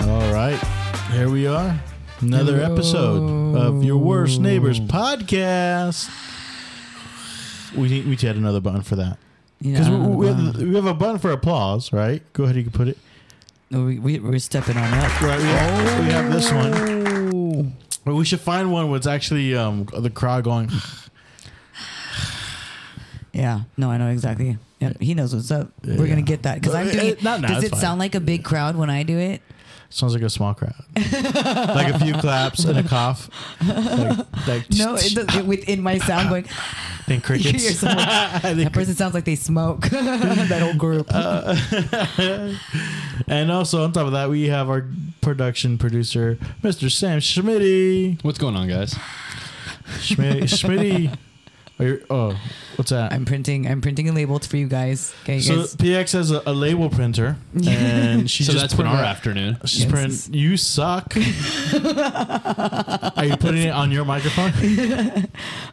All right. Here we are. Another episode of Your Worst Neighbors podcast. We need, we should add another button for that. Because Yeah, we, we, wow. have, we have a button for applause, right? Go ahead, you can put it. No, we, we, we're stepping on up. Right, we have, we have this one. But Oh. we should find one where it's actually um, the crowd going, Yeah, no, I know exactly. Yeah, he knows what's up. Yeah, We're gonna yeah. get that because I'm Uh, doing. uh, It, not now, does it's it fine. sound like a big crowd when I do it? sounds like a small crowd. like a few claps and a cough. Like, like No, it does, it, within my sound going. Then you crickets. hear someone, that person sounds like they smoke. Uh, that whole group. Uh, And also on top of that, we have our production producer, Mr. Sam Schmitty. What's going on, guys? Schmitty, Schmitty. Are you- oh, what's that? I'm printing. I'm printing a label for you guys. Okay, you so guys. PX has a, a label printer, and she so just that's been printed our out- afternoon. She's Yes. print. You suck. Are you putting it on your microphone?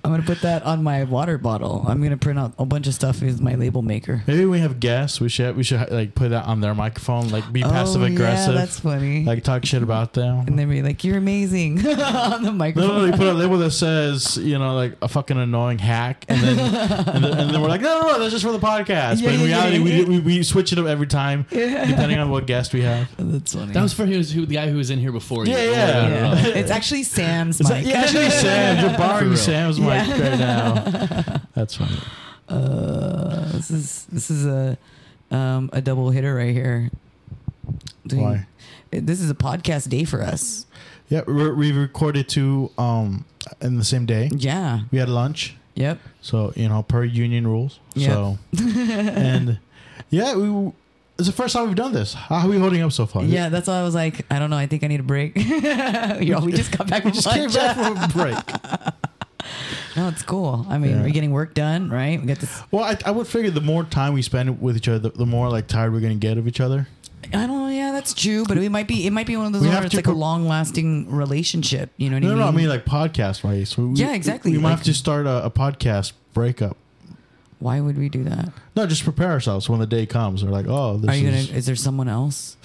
I'm gonna put that on my water bottle. I'm gonna print out a bunch of stuff with my label maker. Maybe we have guests. We should we should like put that on their microphone, like be passive aggressive, Oh, Yeah, that's funny. like talk shit about them. and they'd be like, "You're amazing" on the microphone. Literally put a label that says, you know, like a fucking annoying hack, and then and then, and then we're like, no, no, no, that's just for the podcast. Yeah, but in yeah, reality, yeah, yeah. We, we we switch it up every time, depending on what guest we have. That's funny. That was for his, who, the guy who was in here before. you. Oh, Yeah, yeah. I don't know. yeah. it's actually Sam's It's mic. like, yeah, actually, Sam, you're For borrowing real. Sam's mic Yeah. right now. That's funny. Uh, this is this is a um, a double hitter right here. Doing- Why? This is a podcast day for us. Yeah, we we recorded two um in the same day. Yeah. We had lunch. Yep. So you know, per union rules. Yeah. So and yeah, we it's the first time we've done this. How are we holding up so far? Yeah, that's why I was like, I don't know. I think I need a break. you know, we just got back we from just came lunch. back from a break. No, it's cool. I mean, Yeah. we're getting work done, right? We got this. Well, I, I would figure the more time we spend with each other, the, the more like tired we're gonna get of each other. I don't know. Yeah, that's true. But it might be. It might be one of those We where have it's to like a pro- long-lasting relationship. You know what No, I no, mean? I mean like podcast wise. So we, Yeah, exactly, We might like- have to start a, a podcast breakup. why would we do that? No, just prepare ourselves when the day comes. We're like, oh, this Are you is. gonna? Is there someone else?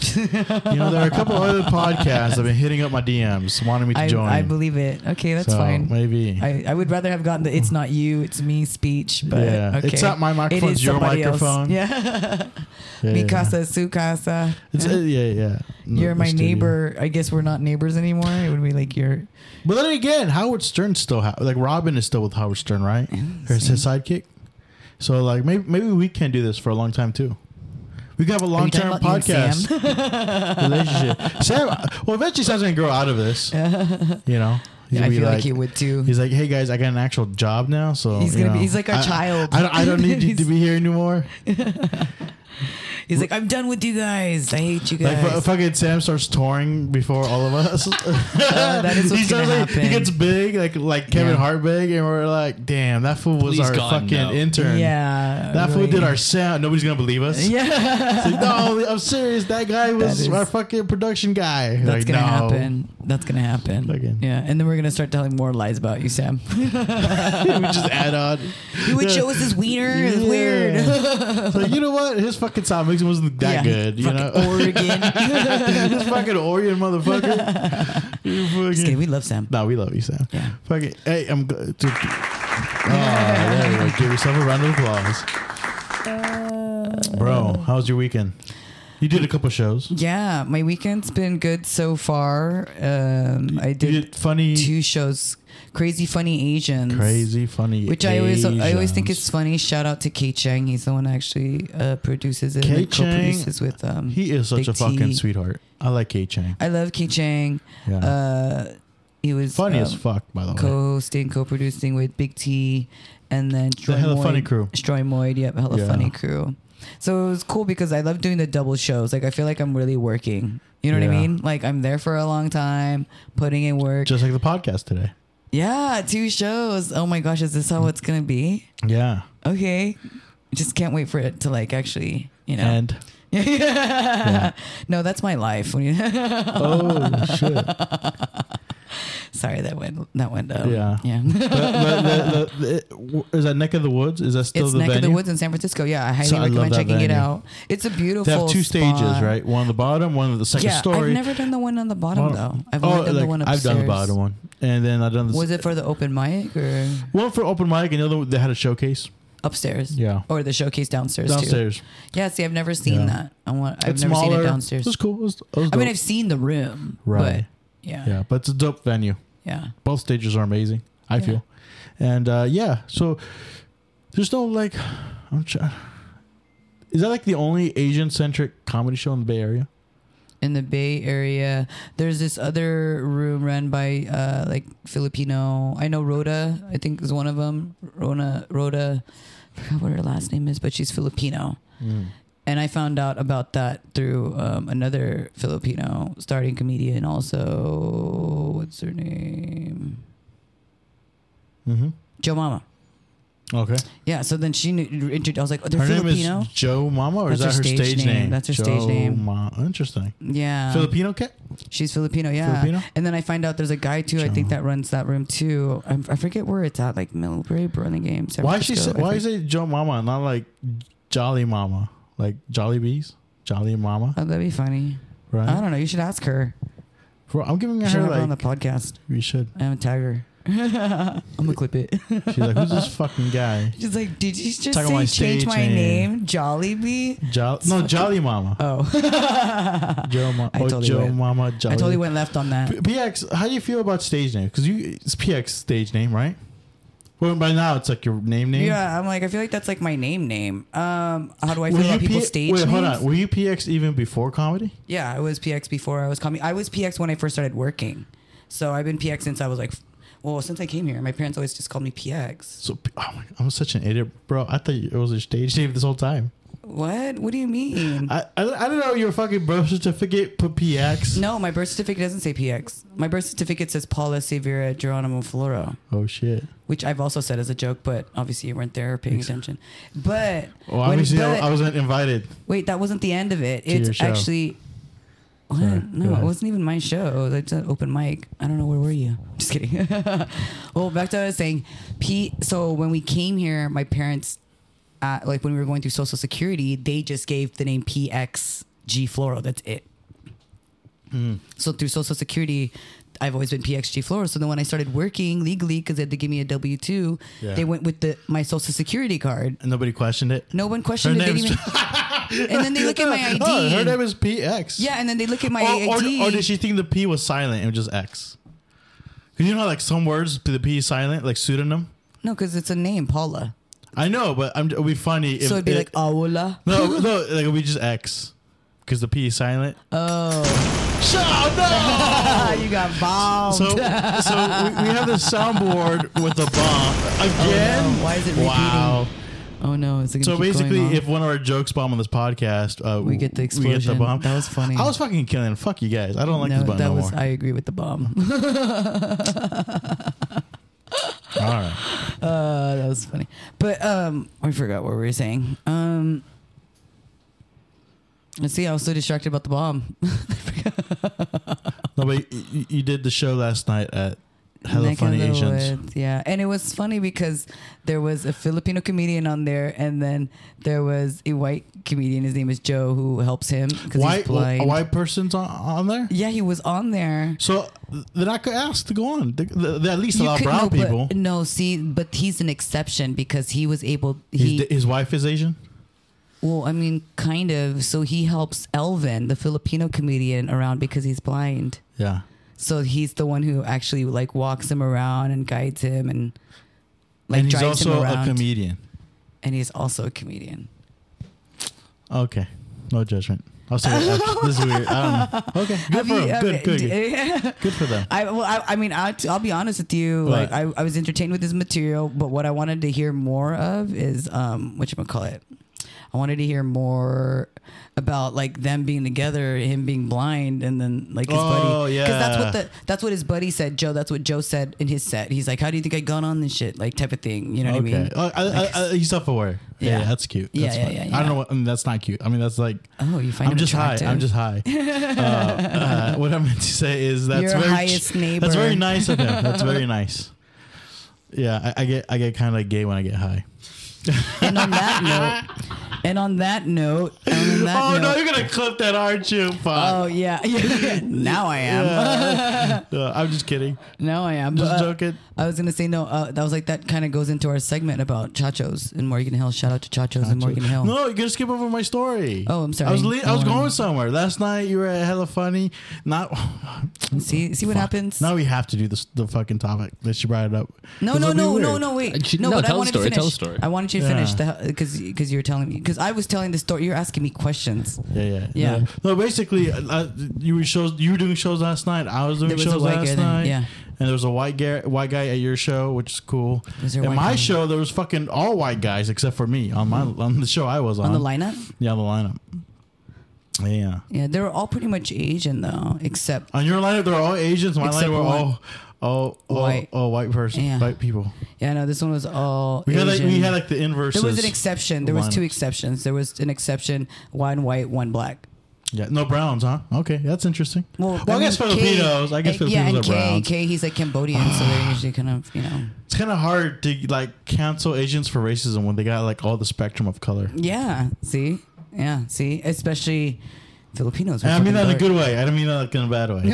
You know, there are a couple other podcasts that have been hitting up my DMs, wanting me to I, join. I believe it. Okay, that's So, fine. Maybe. I, I would rather have gotten the "It's not you, it's me" speech, but Yeah. okay. It's not my microphone, It it's is your somebody else. microphone. Yeah, yeah, mi yeah. casa, su casa. It's, uh, yeah, yeah. No, You're the my studio. neighbor. I guess we're not neighbors anymore. It would be like you're. But then again, Howard Stern's still ha- like Robin is still with Howard Stern, right? Or is his sidekick. So like maybe maybe we can do this for a long time too. We could have a long talking term about you and podcast relationship. Sam, well, eventually Sam's gonna grow out of this. You know, he's I gonna be feel like, like- he would too. He's like, hey guys, I got an actual job now, so He's you gonna be- know, he's like our I- child. I don't, I don't need you to He's- be here anymore. He's like, I'm done with you guys. I hate you Like guys. fu- fucking Sam starts touring before all of us. Uh, that is he what's gonna starts like happen. he gets big, like like Kevin Yeah. Hart big, and we're like, damn, that fool was Please our God, fucking no. intern. yeah, That really. fool did our sound. Nobody's gonna believe us. Yeah, It's like, no, I'm serious. That guy was is- our fucking production guy. Like, that's gonna no. happen. That's gonna happen. Fucking- Yeah, and then we're gonna start telling more lies about you, Sam. we just add on. He would show us his wiener. It's weird. so you know what? His fucking sound mixing wasn't that Yeah. good. You Fucking know, Oregon. this fucking Orient motherfucker. You Just fucking- kidding. We love Sam. No, we love you, Sam. Yeah. Fuck it. Hey, I'm good. Oh, there you go. Give yourself a round of applause. Uh, Bro, how was your weekend? You did a couple shows. Yeah, my weekend's been good so far. Um, I You did did funny, two shows, Crazy Funny Asians, crazy, funny. which I always I always think Asians. is funny. Shout out to Kei Chang. He's the one that actually uh, produces it. Kei and co-produces with um. He is such Big a fucking T. sweetheart. I like K Chang. I love Kei Chang. Yeah. Uh, he was funny um, as fuck, by the way. co-hosting, co-producing with Big T, and then Troy Hella Moyd, Funny crew. Troy Moyd, yep, hella Yeah. funny crew. So it was cool because I love doing the double shows. Like I feel like I'm really working. You know what I Yeah. mean? Like I'm there for a long time, putting in work. Just like the podcast today. yeah, two shows. Oh my gosh, is this how it's gonna be? Yeah. Okay, just can't wait for it to like actually, you know. And No, that's my life. When you- oh shit. Sorry, that went that went um, Yeah. yeah. But- but the- the- the- is that neck of the woods? Is that still it's the neck venue? of the woods in San Francisco. Yeah, I highly So I love recommend that checking it venue. out. It's a beautiful. They have two stages, spot. right? One on the bottom, one on the second yeah, story. I've never done the one on the bottom Bottom- though. I've Oh, only done the like, one I've upstairs. done the bottom one, and then I've done this Was it for the open mic or one for open mic, and the other one, they had a showcase upstairs? Yeah. Or the showcase downstairs, downstairs. too. Yeah, see, I've never seen Yeah. that. I want. I've it's never smaller. seen it It downstairs. was cool. It was, it was I mean, dope. I've seen the room, Right. But yeah, yeah, yeah, but it's a dope venue. Both stages are amazing. I Yeah. feel, and uh, yeah, so there's no like, I'm trying. Is that like the only Asian centric comedy show in the Bay Area? In the Bay Area, there's this other room run by uh, like Filipino. I know Rhoda. I think is one of them. Rona Rhoda. I forgot what her last name is, but she's Filipino. And I found out about that through um, another Filipino starting comedian, also. What's her name? Mm-hmm. Joe Mama. Okay. Yeah, so then she knew, introduced, I was like, oh, they're her Filipino? name is Joe Mama, or is that That's her her stage, stage name. name? That's her Joe stage name. Um, Ma- Interesting. yeah. Filipino cat. She's Filipino, yeah. Filipino? And then I find out there's a guy too, I think, that runs that room too. I, I forget where it's at, like Millbrae, Burlingame, San Why is she? Say, Francisco, I why think. is it Joe Mama, and not like Jolly Mama, like Jolly Bees, Jolly Mama? Oh, that'd be funny. Right. I don't know. You should ask her. Bro, I'm giving You should her have her like on the podcast. we should. I'm gonna tag her. I'm gonna clip it. She's like, who's this fucking guy? She's like, did you just Talking say about my change stage my name." name, Jollibee? Jolly, no, Jolly Mama. Oh, Joe, Ma- I oh, totally Joe went- Mama. Jolly. I totally went left on that. P- PX, how do you feel about stage name? Because you, it's PX stage name, right? Well, by now it's like your name name. Yeah, I'm like, I feel like that's like my name name. Um, how do I feel Were you about P- people's stage Wait, hold names? on. Were you PX even before comedy? Yeah, I was PX before I was comedy. I was PX when I first started working. So I've been PX since I was like, well, since I came here. My parents always just called me PX. So, oh my, I'm such an idiot, bro. I thought it was a stage name this whole time. What? What do you mean? I, I, I don't know. Your fucking birth certificate put PX. no, my birth certificate doesn't say PX. My birth certificate says Paula Severa Geronimo Floro, Oh shit. which I've also said as a joke, but obviously you weren't there paying attention. But, Well, when- obviously I, but- I wasn't invited. wait, that wasn't the end of it. your It's show. actually. What? Sorry, go no, it ahead. wasn't even my show. It's an open mic. I don't know where were you. Just kidding. well, back to what I was saying. P. So when we came here, my parents, uh, like when we were going through Social Security, they just gave the name PX G Floro. That's it. Mm. So through Social Security, I've always been PXG Floro. So then when I started working legally, because they had to give me a W two, Yeah. they went with the my Social Security card. And nobody questioned it. No one Her questioned it. They name's. didn't even- and then they look at my ID. Oh, her and- name is PX. yeah, and then they look at my Or, ID. or, or did she think the P was silent and it was just X? Because you know how like some words the P is silent, like pseudonym. no, because it's a name, Paula. I know, but I'm, it'd be funny. If So it'd be it- Oh. like oh. Aula. no, no, like it'd be just X because the P is silent. Oh, Shut up! No! Ah, you got bombed. So, so we, we have the soundboard with the bomb again. Oh, no. Why is it Wow. oh no, is it gonna So keep basically, going on? if one of our jokes bomb on this podcast, uh, We get the explosion. That was funny. I was fucking killing. Fuck you guys. I don't like no, this button that no was more. I agree with the bomb. All right. Uh, that was funny. But um, I forgot what we were saying. Um, let's see. I was so distracted about the bomb. No, but you- you, you did the show last night at Hella Neck of Funny the Asians. Woods, Yeah, and it was funny because there was a Filipino comedian on there, and then there was a white comedian. His name is Joe, who helps him because he's White, blind. a white person's on, on there. Yeah, he was on there. So then I could ask to go on. They, they- they at least You allow could- brown no, but- people. no, see, but he's an exception because he was able. His- He his wife is Asian. well, I mean, kind of. So he helps Elvin, the Filipino comedian, around because he's blind. Yeah. So he's the one who actually like walks him around and guides him and like and he's drives also him a around. comedian. and he's also a comedian. Okay. No judgment. I'll say this is weird. I don't know. Okay. Good Have for you- them. Good, okay, good, d- uh, good. Good for them. I well, I, I mean, I, I'll be honest with you. What? Like, I, I was entertained with his material, but what I wanted to hear more of is um, what you call it. I wanted to hear more about like them being together, him being blind, and then like his Oh, buddy. that's yeah. what the that's what his buddy said, Joe. That's what Joe said in his set. He's like, "How do you think I got on this shit?" Like type of thing. You know what I mean? Okay. Oh, I, I, Like, I, he's self-aware. Yeah, Yeah. yeah, that's cute. Yeah, That's yeah, fine. yeah, I yeah. don't know. What, I mean, that's not cute. I mean, that's like. oh, you find I'm him just attractive. high. I'm just high. Uh, uh, what I meant to say is that's Your very highest neighbor. That's very nice of him. That's very nice. Yeah, I, I get I get kind of like gay when I get high. And on that note, and on that note, and on that oh note, no, you're gonna clip that, aren't you? Fuck. oh yeah, now I am. Uh, I'm just kidding. Now I am. Just Oh. But, uh, joking. I was gonna say no. Uh, that was like that kind of goes into our segment about Chachos in Morgan Hill. Shout out to Chachos in Morgan Hill. No, you're gonna skip over my story. Oh, I'm sorry. I was le- I was Um, going somewhere last night. You were at hella funny. Not See, see what Fuck. happens. Now we have to do this the fucking topic that she brought it up. No, 'Cause no, it'll be no, no, weird. no, Uh, she- wait. No, no, but I tell the wanted to story, finish. tell the story. I wanted you to finish Yeah. the because because you were telling me because I was telling the story. You're asking me questions. Yeah, yeah, Yeah. No, no, basically, uh, you were shows. You were doing shows last night. I was doing There was a shows white last guy there, night. yeah. And there was a white guy, white guy at your show, which is cool. Was there a At white my guy? Mm. show, there was fucking all white guys except for me on my on the show I was on. On the lineup, Yeah, on the lineup. Yeah. yeah, they were all pretty much Asian though, except On your lineup, they're all Asians. My Except lineup, were one. all all all White. white, all white person, Yeah. white people. yeah, no, this one was all. We had like Asian. we had like the inverse. there was an exception. There was two exceptions. There was an exception: one white, one black. Yeah, no Browns, huh? Okay, that's interesting. Well, I, guess mean, K- Filipinos. I guess eh, yeah, Filipinos and are K, Browns. K, he's like Cambodian, so they're usually kind of you know. It's kind of hard to like cancel Asians for racism when they got like all the spectrum of color. Yeah. See. Yeah. See. Especially Filipinos. are And I mean fucking that in a dark. good way. I don't mean that like in a bad way.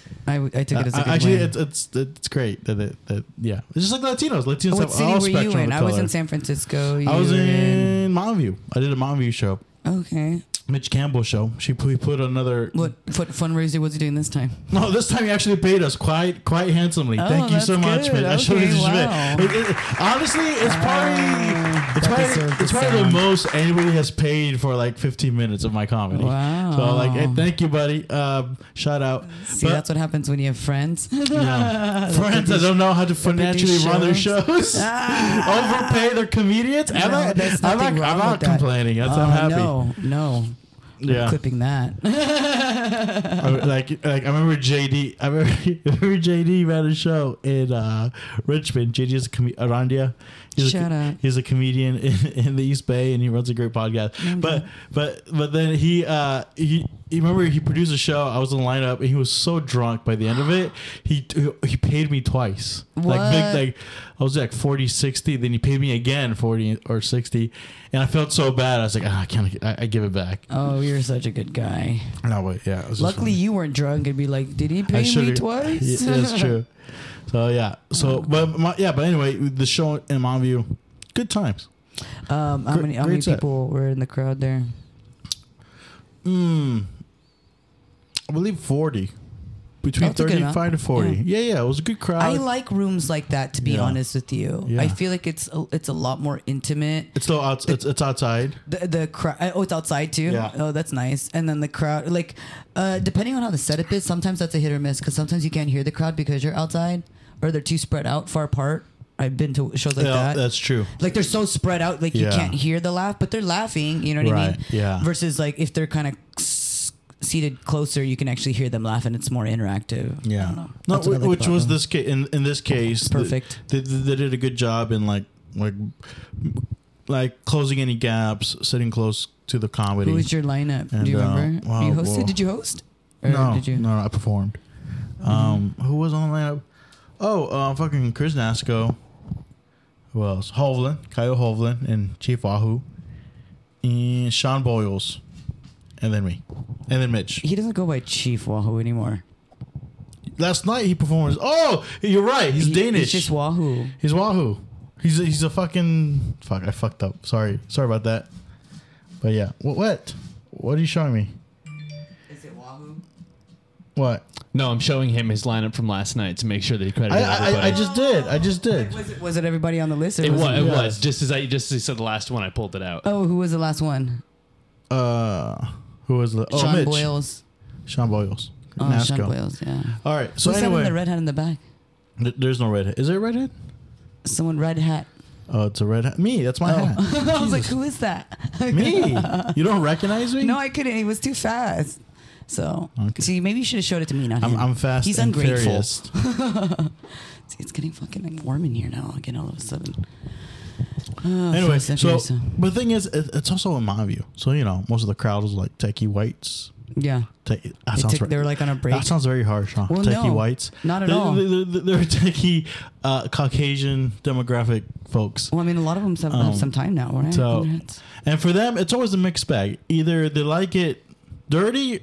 I, I took it as a I- good actually, way. it's it's it's great that it, that yeah. It's just like Latinos. Latinos Oh, what have city all were spectrum you of in? I color. was in San Francisco. You I was were in Mountain View. I did a Mountain View show. Okay. Mitch Campbell show. She we put another What what fundraiser was he doing this time? No, this time you actually paid us quite quite handsomely. Oh, Thank you so that's much, good. man. I Okay, showed you this wow. Um, bit. It- it- honestly, it's probably it's that probably, deserved it's the probably the sound. most anybody has paid for like 15 minutes of my comedy. Wow. So like, hey, thank you, buddy. Um, shout out. See, But- that's what happens when you have friends. yeah. friends that don't know how to financially run their shows, overpay their comedians. I'm No, not, there's I'm nothing not, I'm wrong not with that. complaining. That's, I'm Uh, happy. No, no. Yeah. I'm clipping that. I, like like I remember JD. I remember, I remember JD ran a show in uh, Richmond. JD is a com- Arandia. He's Shout a, out. He's a comedian in, in the East Bay, and he runs a great podcast. But but but then he uh he. You remember he produced a show. I was in the lineup, and he was so drunk by the end of it. He he paid me twice. Like What? big, like I was like 40, 60. Then he paid me again forty or sixty, and I felt so bad. I was like, "Ah, I can't. I, I give it back. oh, you're such a good guy. No, but yeah. It was just Luckily, you weren't drunk and be like, "Did he pay me should've- twice?" Yeah, that's true. So yeah. Oh. So but my, yeah. But anyway, the show in Mountain View, good times. Um, how Gr- many how great many set. people were in the crowd there? Hmm. Mm, I believe forty, between That's a good amount. thirty-five to forty. Yeah. yeah, It was a good crowd. I like rooms like that. To be Yeah. honest with you, Yeah. I feel like it's a, it's a lot more intimate. it's still outs- it's, it's outside. The the crowd. Oh, it's outside too. Yeah. Oh, that's nice. And then the crowd, like, uh, depending on how the setup is, sometimes that's a hit or miss because sometimes you can't hear the crowd because you're outside or they're too spread out, far apart. I've been to shows like yeah, that. that's true. like they're so spread out like you Yeah. can't hear the laugh but they're laughing you know what i mean Right, yeah. versus like if they're kind of s- seated closer you can actually hear them laugh and it's more interactive I don't Yeah. know. No, That's what I wh- like which about was them. this ca- in in this case the- Perfect. They, they, they did a good job in like like like closing any gaps, sitting close to the comedy. who was your lineup And, do you uh, remember wow, you hosted well. did you host Or no, did you Mm-hmm. no, I performed. Um, who was on the lineup? Oh, uh, fucking Chris Nasco. Who else? Hovland, Kyle Hovland, and Chief Wahoo, and Sean Boyles, and then me, and then Mitch. he doesn't go by chief wahoo anymore Last night he performed. as- Oh, you're right. He's He- Danish. he's just wahoo He's Wahoo. He's a, he's a fucking fuck. I fucked up. Sorry, sorry about that. But yeah, what what? What are you showing me? is it wahoo What? No, I'm showing him his lineup from last night to make sure that he credited I I, I, everybody. I just did. I just did. was it, was it everybody on the list or it was, Yeah. it was just as I just as you said the last one I pulled it out. oh who was the last one Uh, who was the? Oh, sean Mitch. boyles Sean Boyles. oh Nasco. sean boyles yeah All right. So who sat in anyway, the red hat in the back th- there's no redhead. Is there a redhead? someone red hat Oh, it's a red hat. Me, that's Oh. my hat. I was like, who is that? Oh, Me. You don't recognize me? no, I couldn't. It was too fast. So, Okay. see, maybe you should have showed it to me, not I'm, him. I'm fast. He's and ungrateful. furious. It's, it's getting fucking like, warm in here now. Again, all of a sudden. Oh, Anyway, Fast and so Furious. but the thing is, it, it's also in my view. So you know, most of the crowd is like techie whites. yeah, Te- that they sounds took, right. they were like on a break. That sounds very harsh, huh? Well, techie no, whites. not at They- all. They, they, they're techie uh, Caucasian demographic folks. well, I mean, a lot of them have, have Um, some time now, right? so- That's- And for them, it's always a mixed bag. Either they like it dirty,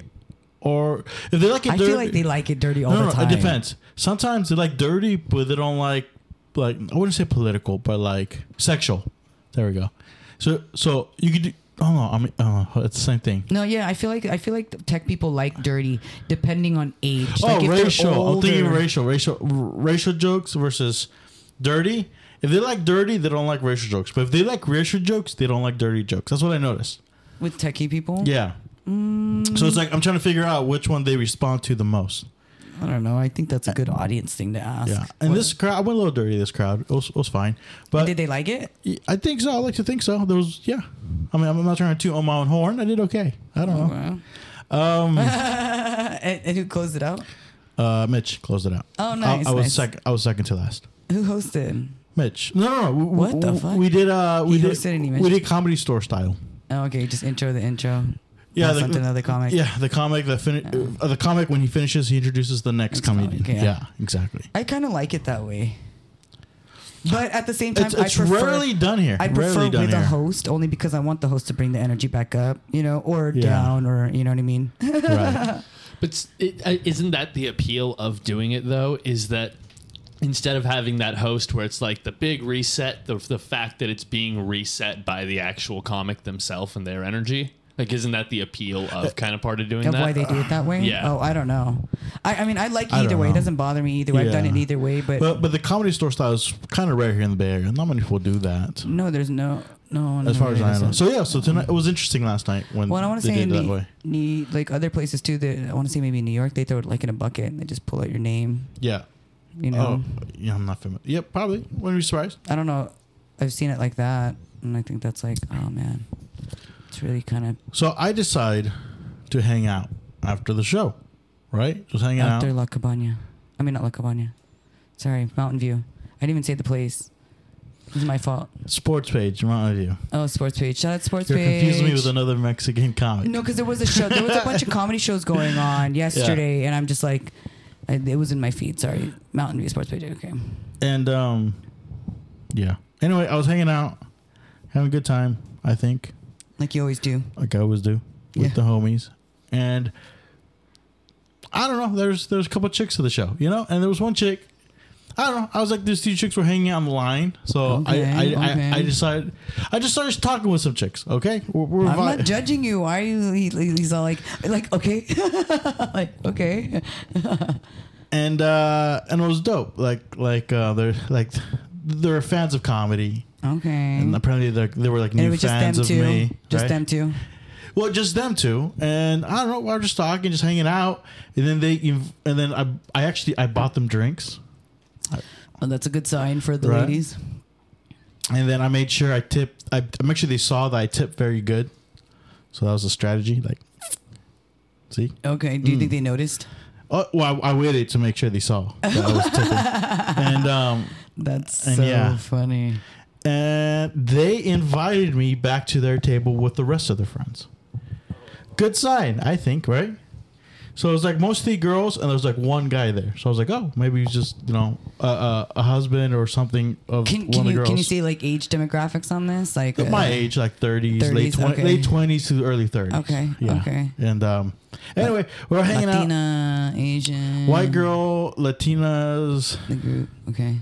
or if they like it I dirty, feel like they like it dirty all no, no, the time. it depends. Sometimes they like dirty, but they don't like like I wouldn't say political, but like sexual. There we go. So so you could do. Oh no, I mean uh, it's the same thing. No, yeah, I feel like I feel like the tech people like dirty, depending on age. Oh, like if they're racial. I'm thinking older- racial, racial, r- racial jokes versus dirty. If they like dirty, they don't like racial jokes. But if they like racial jokes, they don't like dirty jokes. That's what I noticed. with techie people. Yeah. So it's like I'm trying to figure out which one they respond to the most. I don't know. I think that's a good audience thing to ask. Uh, Yeah. And this crowd, I went a little dirty. This crowd it was, it was fine, but did they like it? I think so. I like to think so. There was yeah. I mean, I'm not trying to toot on my own horn. I did okay. I don't know. Oh, Um, Wow. and, and who closed it out? Uh, Mitch closed it out. Oh, I- nice, I, was nice. second. I was second to last. Who hosted? Mitch. No, no, no. We- What we- the fuck? We did. Uh, we He did. hosted and he we mentioned- did comedy store style. Oh, okay, just intro the intro. Yeah, Pass the- on to another comic. Yeah, the comic that fin- uh, the comic when he finishes, he introduces the next Oh. Next comic, comedian. yeah. yeah. exactly. I kind of like it that way. But at the same time, It's, I it's prefer, rarely done here. I prefer rarely with done a here. host only because I want the host to bring the energy back up, you know, or Yeah. down, or you know what I mean. Right. But s- it, uh, isn't that the appeal of doing it though? Is that instead of having that host where it's like the big reset, the the fact that it's being reset by the actual comic themselves and their energy, like isn't that the appeal Uh, of kind of part of doing Of that? why they do it that way? Yeah. Oh, I don't know. I, I mean, I like I either don't way. It know. doesn't bother me either way. I've done Yeah. it either way, but, But but the comedy store style is kind of rare here in the Bay Area. Not many people do that, no, there's no, no. no, as far as there I know. isn't. So yeah, so tonight it was interesting last night when Well, I want to they say did in it that New, way. New, like other places too. That I want to say maybe in New York, they throw it like in a bucket and they just pull out your name. Yeah. You know, Oh, yeah. I'm not familiar. Yeah, probably. Wouldn't be surprised. I don't know. I've seen it like that, and I think that's like, oh man, it's really kind of So I decide to hang out after the show, right? Just hanging after out. La Cabana. I mean, not La Cabana. Sorry, Mountain View. I didn't even say the place. This is my fault. Sports page, Mountain View. Oh, Sports Page. Shout out Sports You're Page. confusing me with another Mexican comic. No, because there was a show. There was a bunch of comedy shows going on yesterday, and I'm just like, I, it was in my feed. Sorry, Mountain View Sports Page. Okay. And um, yeah. Anyway, I was hanging out, having a good time. I think, Like you always do. like I always do, with Yeah. the homies. And I don't know. There's there's a couple chicks at the show, you know. And there was one chick. I don't know. I was like, these two chicks were hanging out on the line, so I- Okay, I, I, okay. I decided I just started talking with some chicks. Okay, we're, we're I'm vi- not judging you. Why are you? He, he's all like, like okay, like okay. and uh, and it was dope. Like like uh, they're like they're fans of comedy, Okay. and apparently they they were like And it new was just them fans of two. me. just right? them two. Well, just them two, and I don't know. We are just talking, just hanging out, and then they, inv- and then I, I actually I bought them drinks, Oh, that's a good sign for the Right. ladies. and then I made sure I tipped. I, I make sure they saw that I tipped very good, so that was a strategy. Like, see, Okay. Do you Mm. think they noticed? oh, well, I, I waited to make sure they saw that I was tipping, and um, That's And so yeah. funny. and they invited me back to their table with the rest of their friends. Good sign, I think, right? So it was like mostly girls, and there was like one guy there. So I was like, oh, maybe he's just you know a, a, a husband or something of Can, one can of the you girls. can you say like age demographics on this? Like At my uh, age, like 30s, 30s, late 20s, okay. late 20s to early 30s. Okay, Yeah. okay. And um, anyway, we we're hanging out. Latina, Asian, White girl, Latinas, The group. Okay.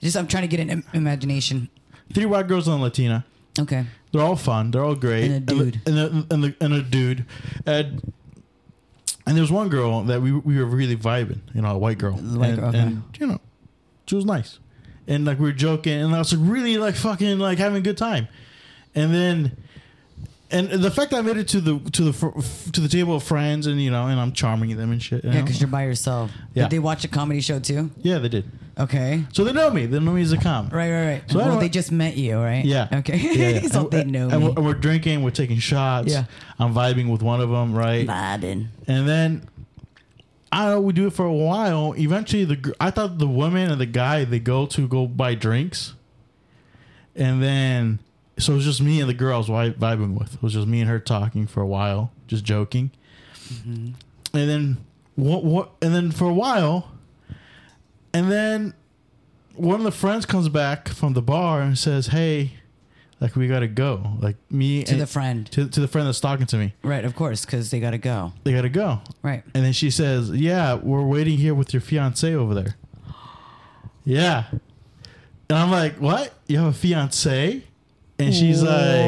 Just I'm trying to get an im- imagination. three white girls and a Latina. Okay. They're all fun. They're all great. And a dude. And a, and a, and a dude. And, and there was one girl that we we were really vibing, you know, a white girl. White and, girl, okay. and you know, she was nice. And like we were joking and I was like really like fucking like having a good time. And then and the fact that I made it to the to the fr- to the table of friends and you know and I'm charming them and shit. you Yeah, know? because you're by yourself. Yeah. Did they watch a comedy show too? yeah, they did. Okay. So they know me. They know me as a comic. Right, right, right. So I well, don't- they just met you, right? Yeah. Okay. Yeah, yeah. so And- they know and me. We're, and we're drinking. We're taking shots. Yeah. I'm vibing with one of them, right? Vibing. And then I don't know. We do it for a while. Eventually, the gr- I thought the woman and the guy they go to go buy drinks, and then so it's just me and the girl I was wi- vibing with. It was just me and her talking for a while, just joking. Mm-hmm. And then what? What? And then for a while, and then one of the friends comes back from the bar and says, "Hey." Like we gotta go. Like me To the friend. to, to the friend that's talking to me. Right, of course, because they got to go. They gotta go. Right. And then she says, "Yeah, we're waiting here with your fiance over there." Yeah, and I'm like, "What? You have a fiance?" And she's like,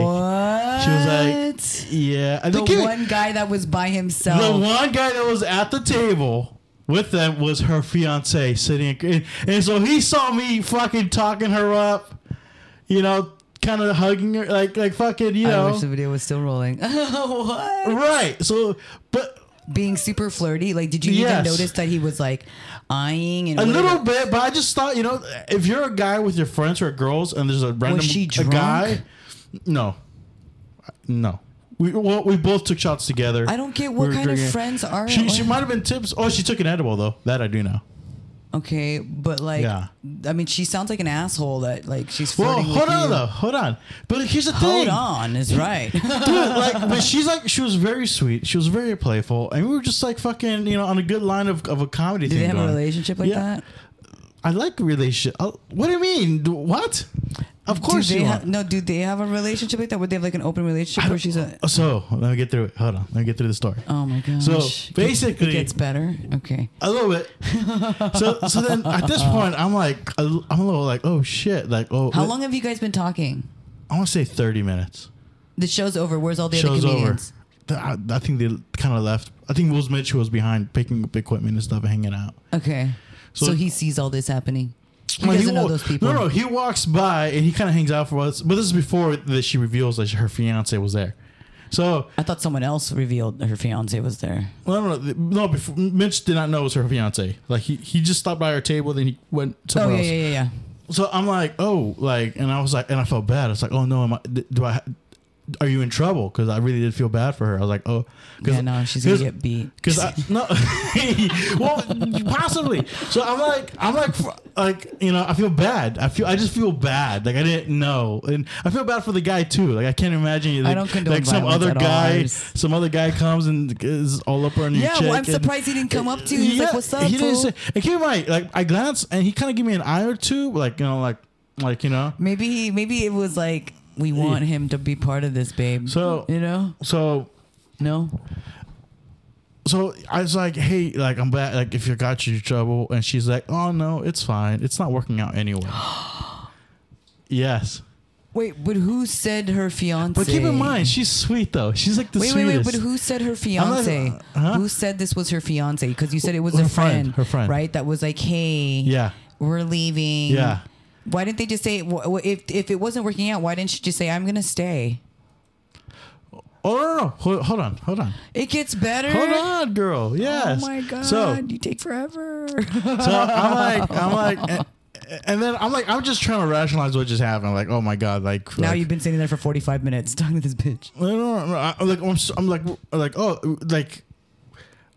she was like, "Yeah." I the think it- one guy that was by himself. the one guy that was at the table with them was her fiance sitting, and, and so he saw me fucking talking her up, you know, kind of hugging her, like like fucking, you I know, wish the video was still rolling. what? right? So, but Being super flirty. Like, did you Yes. even notice that he was like eyeing and A whatever? little bit, but I just thought, you know, if you're a guy with your friends or girls, and there's a random she a drunk? guy, no, no, we well, we both took shots together. I don't get We what were kind of drinking. friends are. She she what- might have been tips. Oh, she took an edible though. That I do know. Okay, but like, Yeah. I mean, she sounds like an asshole. That like she's Well, flirting hold with on you. though, hold on. But here's the Hold thing, on is right. dude. Like, but she's like, she was very sweet. She was very playful, and we were just like fucking, you know, on a good line of, of a comedy. Do thing they have a going. relationship like Yeah. that? I like relationship. uh, What do you mean? Do- What? Of course do they you ha- are. no, do they have a relationship like that? Would they have like an open relationship where she's a? Oh, So let me get through it. Hold on, let me get through the story. Oh my gosh! So, It- basically- it gets better. Okay, A little bit. so so then at this point, I'm like, a l- I'm a little like, oh shit, like oh. how long have you guys been talking? I want to say 30 minutes. The show's over. Where's all the Show's other over. comedians? Th- I, I think they kind of left. I think Will Smith was behind picking up equipment and stuff and hanging out. Okay, so, So- he sees all this happening. He Well, doesn't know wa- those people. No, no, he walks by and he kind of hangs out for us. But this is before that she reveals that her fiance was there. So I thought someone else revealed her fiance was there. well, no, no, th- no. Before, Mitch did not know it was her fiance. Like he, he just stopped by her table, then he went Oh somewhere yeah, else. yeah, yeah, yeah. so I'm like, oh, like, and I was like, and I felt bad. It's like, oh no, am I? d- Do I? Are you in trouble? Because I really did feel bad for her. I was like, oh, Yeah, no, she's gonna get beat. Because I no, well, possibly. So I'm like, I'm like, fr- like you know, I feel bad. I feel, I just feel bad. Like I didn't know, and I feel bad for the guy too. Like I can't imagine. Like, I don't condone like some violence other at all. guy, There's- some other guy comes and is all up on your Yeah, chick well, I'm and- surprised he didn't come up to you. He's like, "What's up, He didn't fool?" say. And keep in mind, like I glanced, and he kind of gave me an eye or two, like you know, like like you know. Maybe he, maybe it was like we want him to be part of this, babe. So- you know, So no. so I was like, hey, like I'm back. Like if you got you trouble, and she's like, oh no, it's fine. It's not working out anyway. yes, Wait, but who said her fiance? but keep in mind, she's sweet though. She's like the Wait, wait, sweetest. wait! But who said her not- fiance? huh? Who said this was her fiance? Because you said it was Her her friend, friend, her friend. right? That was like, "Hey, Yeah. we're leaving." Yeah. Why didn't they just say wh- wh- if if it wasn't working out? Why didn't she just say, "I'm gonna stay"? Oh no, no, no. Hold, hold on, hold on, It gets better. hold on, girl. Yes. Oh my god! So you take forever. So I'm like, I'm like, and, and then I'm like, I'm just trying to rationalize what just happened. Like, oh my god, like now like, you've been sitting there for 45 minutes talking to this bitch. No, no, no, I- I'm like, I'm, so- I'm like, like, oh, like,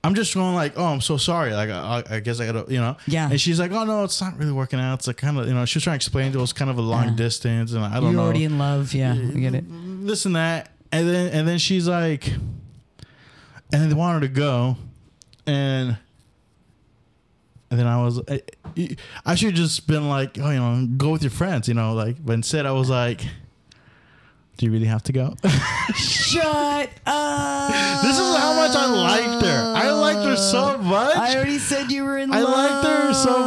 I'm just going like, oh, I'm so sorry. Like, I, I guess I gotta, you know. Yeah. And she's like, oh no, it's not really working out. It's like kind of, you know, she was trying to explain it was kind of a long Yeah. distance, and I don't You're know already in love. Yeah, we get it. this and that, and then and then she's like, and they wanted to go, and and then I was, I, I should just been like, oh, you know, go with your friends, you know, like, but instead I was like, do you really have to go? this is Shut up. how much I liked her. I liked her so much. I I, already said you were in liked love. her so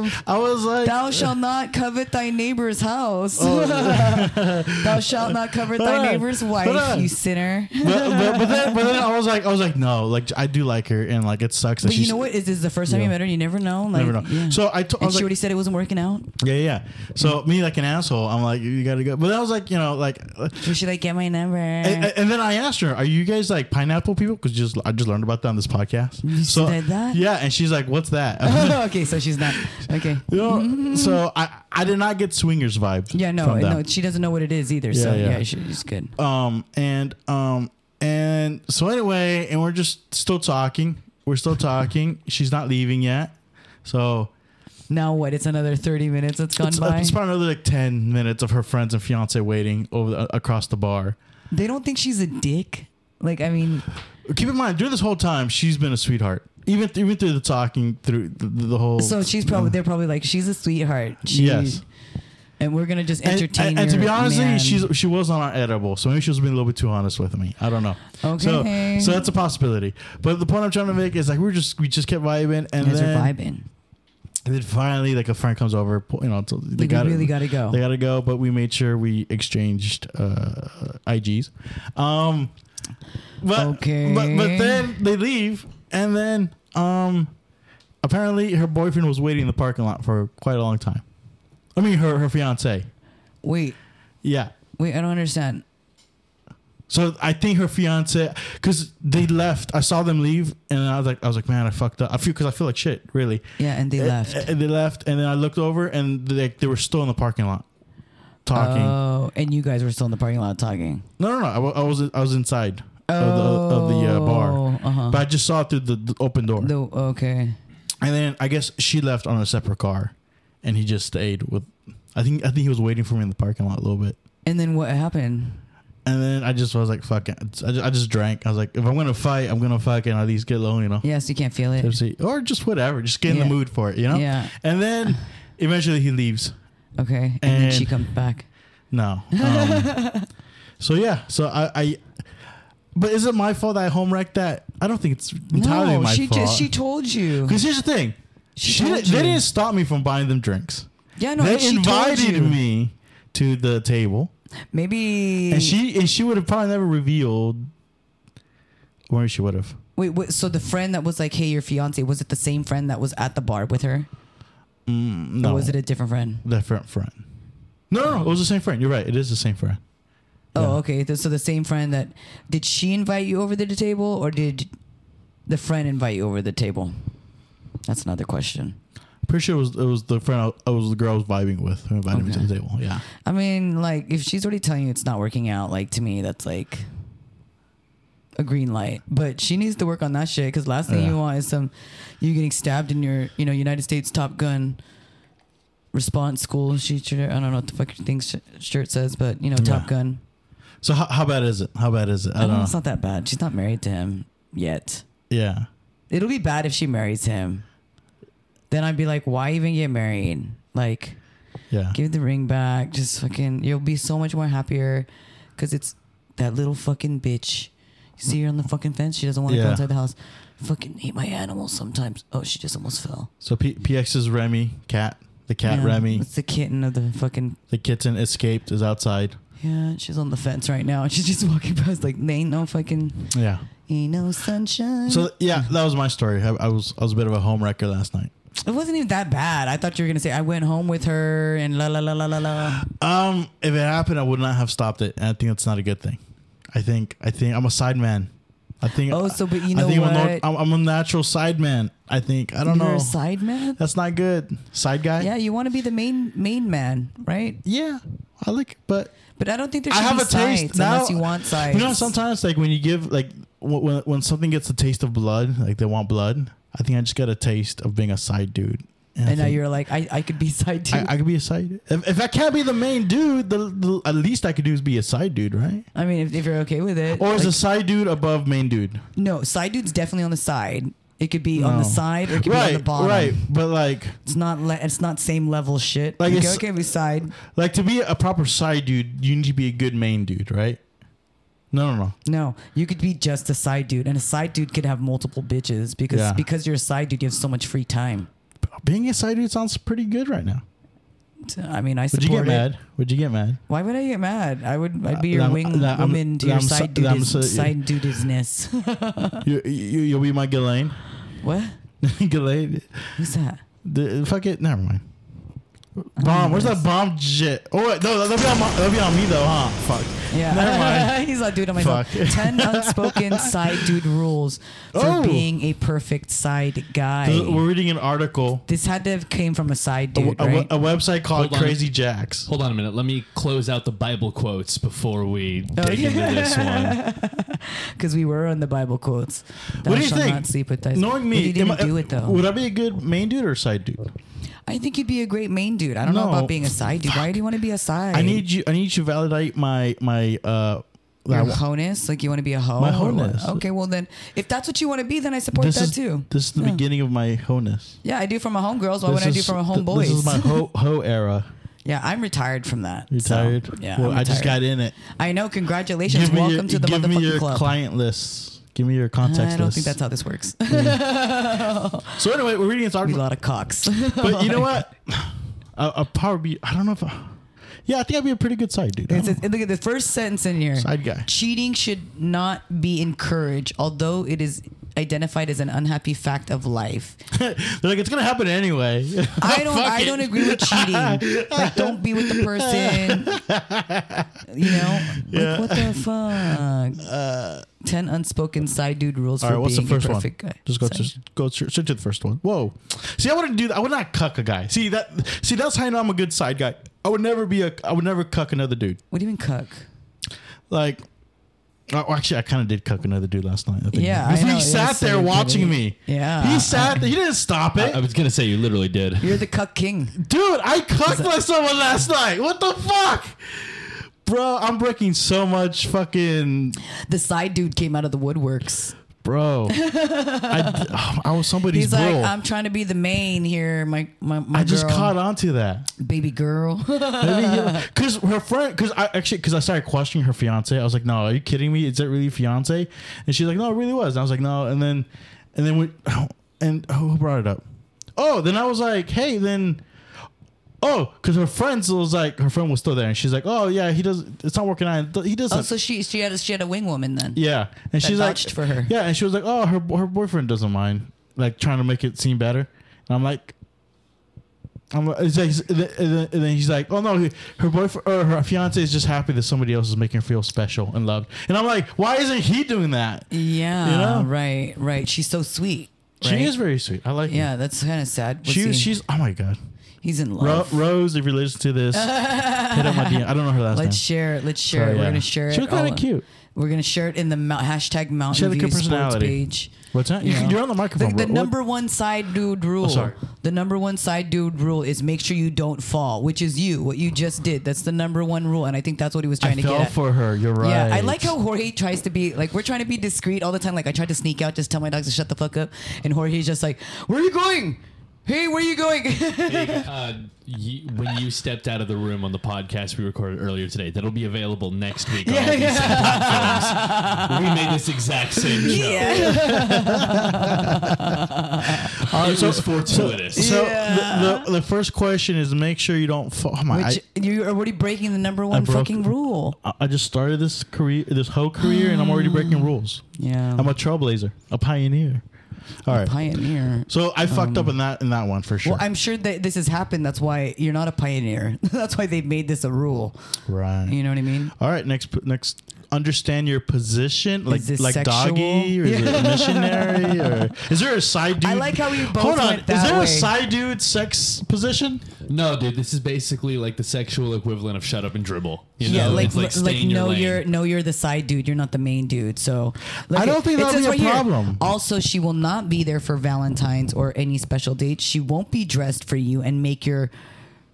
much. I was like, Thou shalt not covet thy neighbor's house. Thou shalt not covet Oh, Hold thy on. neighbor's Hold wife, on. you sinner. but, but, but then but then I was like I was like no like I do like her and like it sucks that But she's you know what? Is this the first time Yeah. you met her? You never know. Like, never know. yeah. So I, t- I and was she like, already said it wasn't working out. Yeah, yeah. So me like an asshole, I'm like, you gotta go. But I was like, you know, like, You should like get my number. And, and- and then I asked her, "Are you guys like pineapple people?" Because just I just learned about that on this podcast. You said that? Yeah, and she's like, "What's that?" okay, so she's not. Okay. You know, so I I did not get swingers vibes. Yeah, no, from them. no, she doesn't know what it is either. so Yeah, yeah. yeah, she- she's good. um and um and so anyway and we're just still talking we're still talking she's not leaving yet so Now what? It's another thirty minutes that's gone it's, uh, by. it's probably another like 10 minutes of her friends and fiance waiting over the, uh, across the bar they don't think she's a dick. Like I mean, keep in mind during this whole time she's been a sweetheart even th- even through the talking through the, the whole Mm-hmm. so she's probably they're probably like she's a sweetheart. She, Yes. And we're gonna just and, entertain. and- and to your be honest, with you, man. she's she was on our edible, so maybe she was being a little bit too honest with me. I don't know. Okay. So, so that's a possibility. But the point I'm trying to make is like we were just we just kept vibing, and You guys then are vibing. And then finally, like a friend comes over, pu- you know, to- they Like, got we really gotta go. They gotta go, but we made sure we exchanged uh, IGs. Um, but, Okay. but but then they leave, and then um, apparently her boyfriend was waiting in the parking lot for quite a long time. I mean, her her fiance. Wait, Yeah. wait, I don't understand. So I think her fiance, because they left. I saw them leave, and I was like, I was like, man, I fucked up. I feel because I feel like shit, really. Yeah, and they And- left. And they left, and then I looked over, and they, they were still in the parking lot talking. Oh, and you guys were still in the parking lot talking. no, no, no. I, wa- I was I was inside of the of the uh, bar, Oh, uh-huh. but I just saw it through the, the open door. The, okay. and then I guess she left on a separate car, and he just stayed with. I think I think he was waiting for me in the parking lot a little bit. And then what happened? And then I just was like, "Fuck it!" I just, I just drank. I was like, "If I'm gonna fight, I'm gonna fucking at least get low, you know, Yes, you can't feel it. tipsy, or just whatever, just get in Yeah. the mood for it, you know." Yeah. And then eventually he leaves. Okay. And, And- then she comes back. No. Um, so yeah. So I, I. But is it my fault that I home wrecked that? I don't think it's entirely no, my she fault. just she told you. Because here's the thing. She She told didn't- they you. didn't stop me from buying them drinks. Yeah, no, they and she told invited you. me to the table, Maybe and she and she would have probably never revealed. Or she would have. wait, wait. So the friend that was like, "Hey, your fiance," was it the same friend that was at the bar with her, No, or Mm, was it a different friend? different friend? No, no, no, it was the same friend. You're right. It is the same friend. Oh, Yeah. okay. Th- So the same friend that did she invite you over to the table, or did the friend invite you over to the table? That's another question. Pretty sure it was it was the friend I, I was the girl I was vibing with who invited me to Okay. the table. Yeah. I mean, like, if she's already telling you it's not working out, like, to me, that's like a green light. But she needs to work on that shit because last thing Yeah. you want is some you getting stabbed in your, you know, United States Top Gun response school. She, I don't know what the fuck your thing sh- shirt says, but you know, Top Yeah. Gun. So how, how bad is it? How bad is it? I don't know. It's not that bad. She's not married to him yet. Yeah. It'll be bad if she marries him. Then I'd be like, why even get married? Like, Yeah. give the ring back. Just fucking, you'll be so much more happier because it's that little fucking bitch. You see her on the fucking fence. She doesn't want to Yeah. go inside the house. Fucking hate my animals sometimes. Oh, she just almost fell. So P- PX is Remy, cat. The cat Yeah, Remy, It's the kitten of the fucking. the kitten escaped, is outside. Yeah, she's on the fence right now. She's just walking past like, there ain't no fucking, Yeah. ain't no sunshine. So yeah, that was my story. I, I was I was a bit of a home wrecker last night. it wasn't even that bad. I thought you were gonna say I went home with her and la la la la la la. Um, if it happened, I would not have stopped it, and I think that's not a good thing. I think I think I'm a side man. I think. Oh, so, but you I know think I'm, a, what? nor- I'm, I'm a natural side man. I think I don't You're know. a side man. that's not good. Side guy. Yeah, you want to be the main main man, right? Yeah. I like, it, but But I don't think there I should have be a sides taste now. unless you want sides. You know, sometimes like when you give like wh- when when something gets a taste of blood, like they want blood. I think I just got a taste of being a side dude. I and now think you're like, I, I could be side too. I, I could be a side. If, if I can't be the main dude, the, the at least I could do is be a side dude, right? I, mean, if, if you're okay with it, Or is like- a side dude above main dude? no side dude's definitely on the side. It could be on No. the side or it could be Right, on the bottom. right. But like, It's not le- it's not same level shit. Like Like okay, it's- okay, we side. like to be a proper side dude, you need to be a good main dude, right? No, no, no. No, you could be just a side dude, and a side dude could have multiple bitches because Yeah. because you're a side dude, you have so much free time. Being a side dude sounds pretty good right now. I mean, I Would support you get it. mad? Would you get mad? Why would I get mad? I would. I'd be Uh, your I'm- wing I'm- woman to your I'm so- side I'm dudes, so- side dudesness. Uh. You, you, you'll be my Ghislaine. what? Ghislaine. Who's that? The, fuck it. Never mind. Bomb. Where's that bomb shit? Oh wait, no, that'll be on my, that'll be on me though, huh? Fuck. Yeah. Never mind. He's like, dude, I'm like, Fuck. 10 unspoken side dude rules for Oh. being a perfect side Th- We're guy. reading an article. This had to have came from a side A, dude, a- right? a website called Hold on. Crazy Jacks. Hold on a minute. Let me close out the Bible quotes before we dig into this one. Because we were on the Bible quotes. Thou What do you shalt think? Not sleep with thy- Knowing me, If you didn't am I- do it though. Would I be a good main dude or side dude? I think you'd be a great main dude. I don't know No. about being a side dude. Why do you want to be a side? I need you. I need you to validate my my uh. that I your wa- honus. Like you want to be a hoe. My or what? honus. Okay, well then, if that's what you want to be, then I support this that is too. This is the Yeah. beginning of my honus. Yeah, I do from a homegirls. Why This wouldn't I do is- from a th- This is homeboys? my ho ho era. yeah, I'm retired from that. You so, tired? yeah, Well, I'm I just got retired. in it. I know. Congratulations. me Welcome your, to the give me motherfucking your club. client list. Give me your contact I don't list. think that's how this works. so anyway, we're reading this we a article, lot of cocks. but you know what? I, I'll probably be. I don't know if. I, yeah, I think I'd be a pretty good side dude. It says, look at the first sentence in here. Side guy. Cheating should not be encouraged, although it is identified as an unhappy fact of life. They're like, it's gonna happen anyway. I don't. Fuck I it. don't agree with cheating. like, don't be with the person. You know, Yeah. Uh, like what the fuck? Ten unspoken side dude rules All for right, what's the being first a one? perfect guy. Just go Side guy. to go to, straight to the first one. Whoa. See, I wouldn't do that. I would not cuck a guy. See that? See, that's how I know I'm a good side guy. I would never be a. I would never cuck another dude. What do you mean cuck? Like, oh, actually, I kind of did cuck another dude last night. I think. Yeah, I he know. It sat was there so watching pretty. me. Yeah. he sat. there. he didn't stop I, it, I was gonna say you literally did. You're the cuck king. dude. I cucked like someone last night. What the fuck? Bro, I'm breaking so much fucking The side dude came out of the woodworks. bro. I, I was somebody's He's like, bull. I'm trying to be the main here, my my, my I just girl, caught on to that. baby girl. because her friend, because I actually, because I started questioning her fiance. I was like, "No, are you kidding me? Is that really fiance?" And she's like, "No, it really was." And I was like, "No," and then, and then we, and who brought it up? Oh, then I was like, "Hey, then." Oh, because her friends was like, her friend was still there, and she's like, "Oh yeah, he does. It's not working out. He doesn't." oh, so she she had a, she had a wing woman then. yeah, and she's like, vouched for her. Yeah, and she was like, "Oh, her her boyfriend doesn't mind, like trying to make it seem better." And I'm like, I'm like, it's like- and then- and then he's like, "Oh no, he- her boyfriend or her fiance is just happy that somebody else is making her feel special and loved." And I'm like, "Why isn't he doing that?" Yeah, You know? right, right. She's so sweet. right? She is very sweet. I like. her. Yeah, that's kind of sad. What's She, he- she's oh my god, he's in Ro- love. Rose. If you listen to this, hit up my DM. I don't know her last Let's name. share it. Let's share Sorry, it. We're yeah. gonna share it. She was kinda all- cute. We're gonna share it in the mou- hashtag She Mountain had a View good Sports personality. page. What's that? You You, know. you're on the The, microphone. the bro. What- Oh, number one side dude rule. sorry. the number one side dude rule is make sure you don't fall, which is you. What you just did. That's the number one rule, and I think that's what he was trying I to fell get at. for her. You're right. Yeah, I like how Jorge tries to be like we're trying to be discreet all the time. Like I tried to sneak out, just tell my dogs to shut the fuck up, and Jorge's just like, "Where are you going? Hey, where are you going?" Uh, you, when you stepped out of the room on the podcast we recorded earlier today, that'll be available next week. on all Yeah, these yeah. platforms. we made this exact same show. yeah. Alright, It Oh, so- was fortuitous. So Yeah. the, the the first question is make sure you don't fall. Oh my, Which you're already breaking the number one broke- fucking rule. I, I just started this career, this whole career, and I'm Hmm. already breaking rules. Yeah, I'm a trailblazer, a pioneer. All right, pioneer. so I fucked up in that in that one for sure. Um, Well, I'm sure that this has happened. That's why you're not a pioneer. That's why they made this a rule. right. You know what I mean? All right, next p- next. Understand your position, like this like sexual? doggy, or is it missionary, or is there a side dude? I like how we both Hold on, went that is there way. a side dude sex position? No, dude, this is basically like the sexual equivalent of shut up and dribble. You know? yeah, like It's like, stay in no, your lane. you're no, you're the side dude. You're not the main dude. So I don't think it that'll says be a right here, problem. Also, she will not be there for Valentine's or any special dates. She won't be dressed for you and make your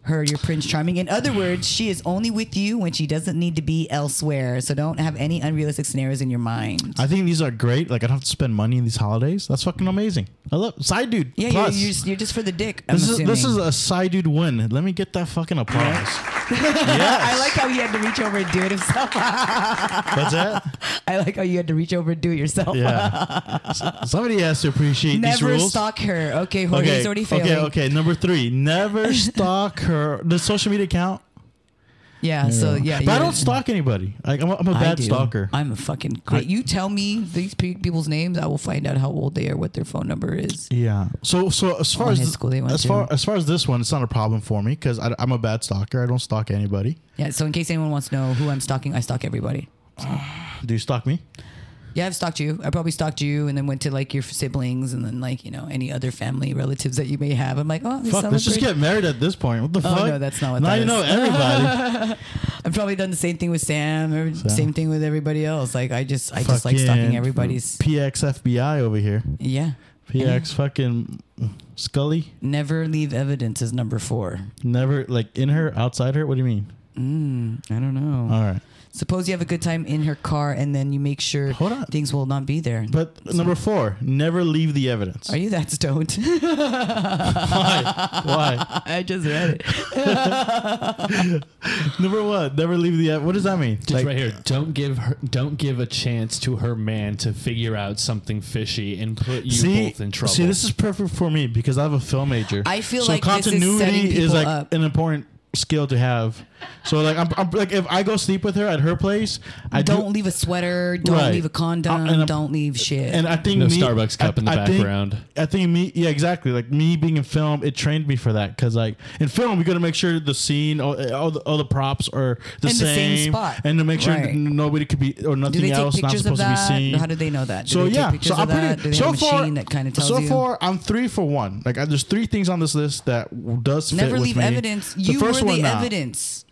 her your prince charming. In other words, she is only with you when she doesn't need to be elsewhere. So don't have any unrealistic scenarios in your mind. I think these are great. Like I don't have to spend money in these holidays. That's fucking amazing. I love side dude. yeah, you're, plus. you're, just, you're just for the dick. I'm This is, this assuming. is a side dude win. Let me get that fucking applause. I yes. like how you had to reach over and do it himself. What's that? I like how you had to reach over and do it yourself. Yeah. S- somebody has to appreciate these Never rules. stalk her. Okay, Jorge's okay. already failing. okay. Okay. Number three. Never stalk her. The social media account. Yeah, so You know? yeah, but I you're- don't stalk anybody. Like I'm a, I'm a I bad do. stalker. I'm a fucking. Cra- you tell me these pe- people's names, I will find out how old they are, what their phone number is. Yeah. So so as far in as high th- school, they went as far to. as far as this one, it's not a problem for me because I'm a bad stalker. I don't stalk anybody. Yeah, so in case anyone wants to know who I'm stalking, I stalk everybody. Do you stalk me? Yeah, I've stalked you. I probably stalked you, and then went to like your siblings, and then like you know any other family relatives that you may have. I'm like, oh, they Fuck, let's just celebrate- get married at this point. What the Oh, fuck? no, that's not what Now that you is. know everybody. I've probably done the same thing with Sam, or Sam. same thing with everybody else. Like I just, I just like stalking Fucking everybody's. PX FBI over here. Yeah, PX fucking Scully. never leave evidence is number four. Never like in her, outside her. What do you mean? Mm, I don't know. All right, Suppose you have a good time in her car, and then you make sure Hold on. things will not be there. but number four, never leave the evidence. Are you that stoned? Why? Why? I just read it. Number one, never leave the. ev- What does that mean? Just right here. Don't give her, don't give a chance to her man to figure out something fishy and put you see, both in trouble. see, this is perfect for me because I have a film major. I feel so like this is continuity setting people like up. an important skill to have. So like, I'm, I'm like, if I go sleep with her at her place, I do- Don't leave a sweater. Don't Right. leave a condom. Uh, and I'm- don't leave shit. And I think No me- Starbucks cup I- in the I think- background. I think me, yeah, exactly. Like me being in film, it trained me for that because like in film, we got to make sure the scene, all, all, the, all the props are the, In the same, same spot. and to make sure Right. n- nobody could be or do nothing they take else not pictures of supposed to be that? seen. How do they know that? Do so they take yeah, pictures so of I'm pretty. that? Do they so have a far, machine that kind of tells so you? far, I'm three for one. Like I, there's three things on this list that w- does fit Never with leave me. evidence. The You were first one, the nah. evidence.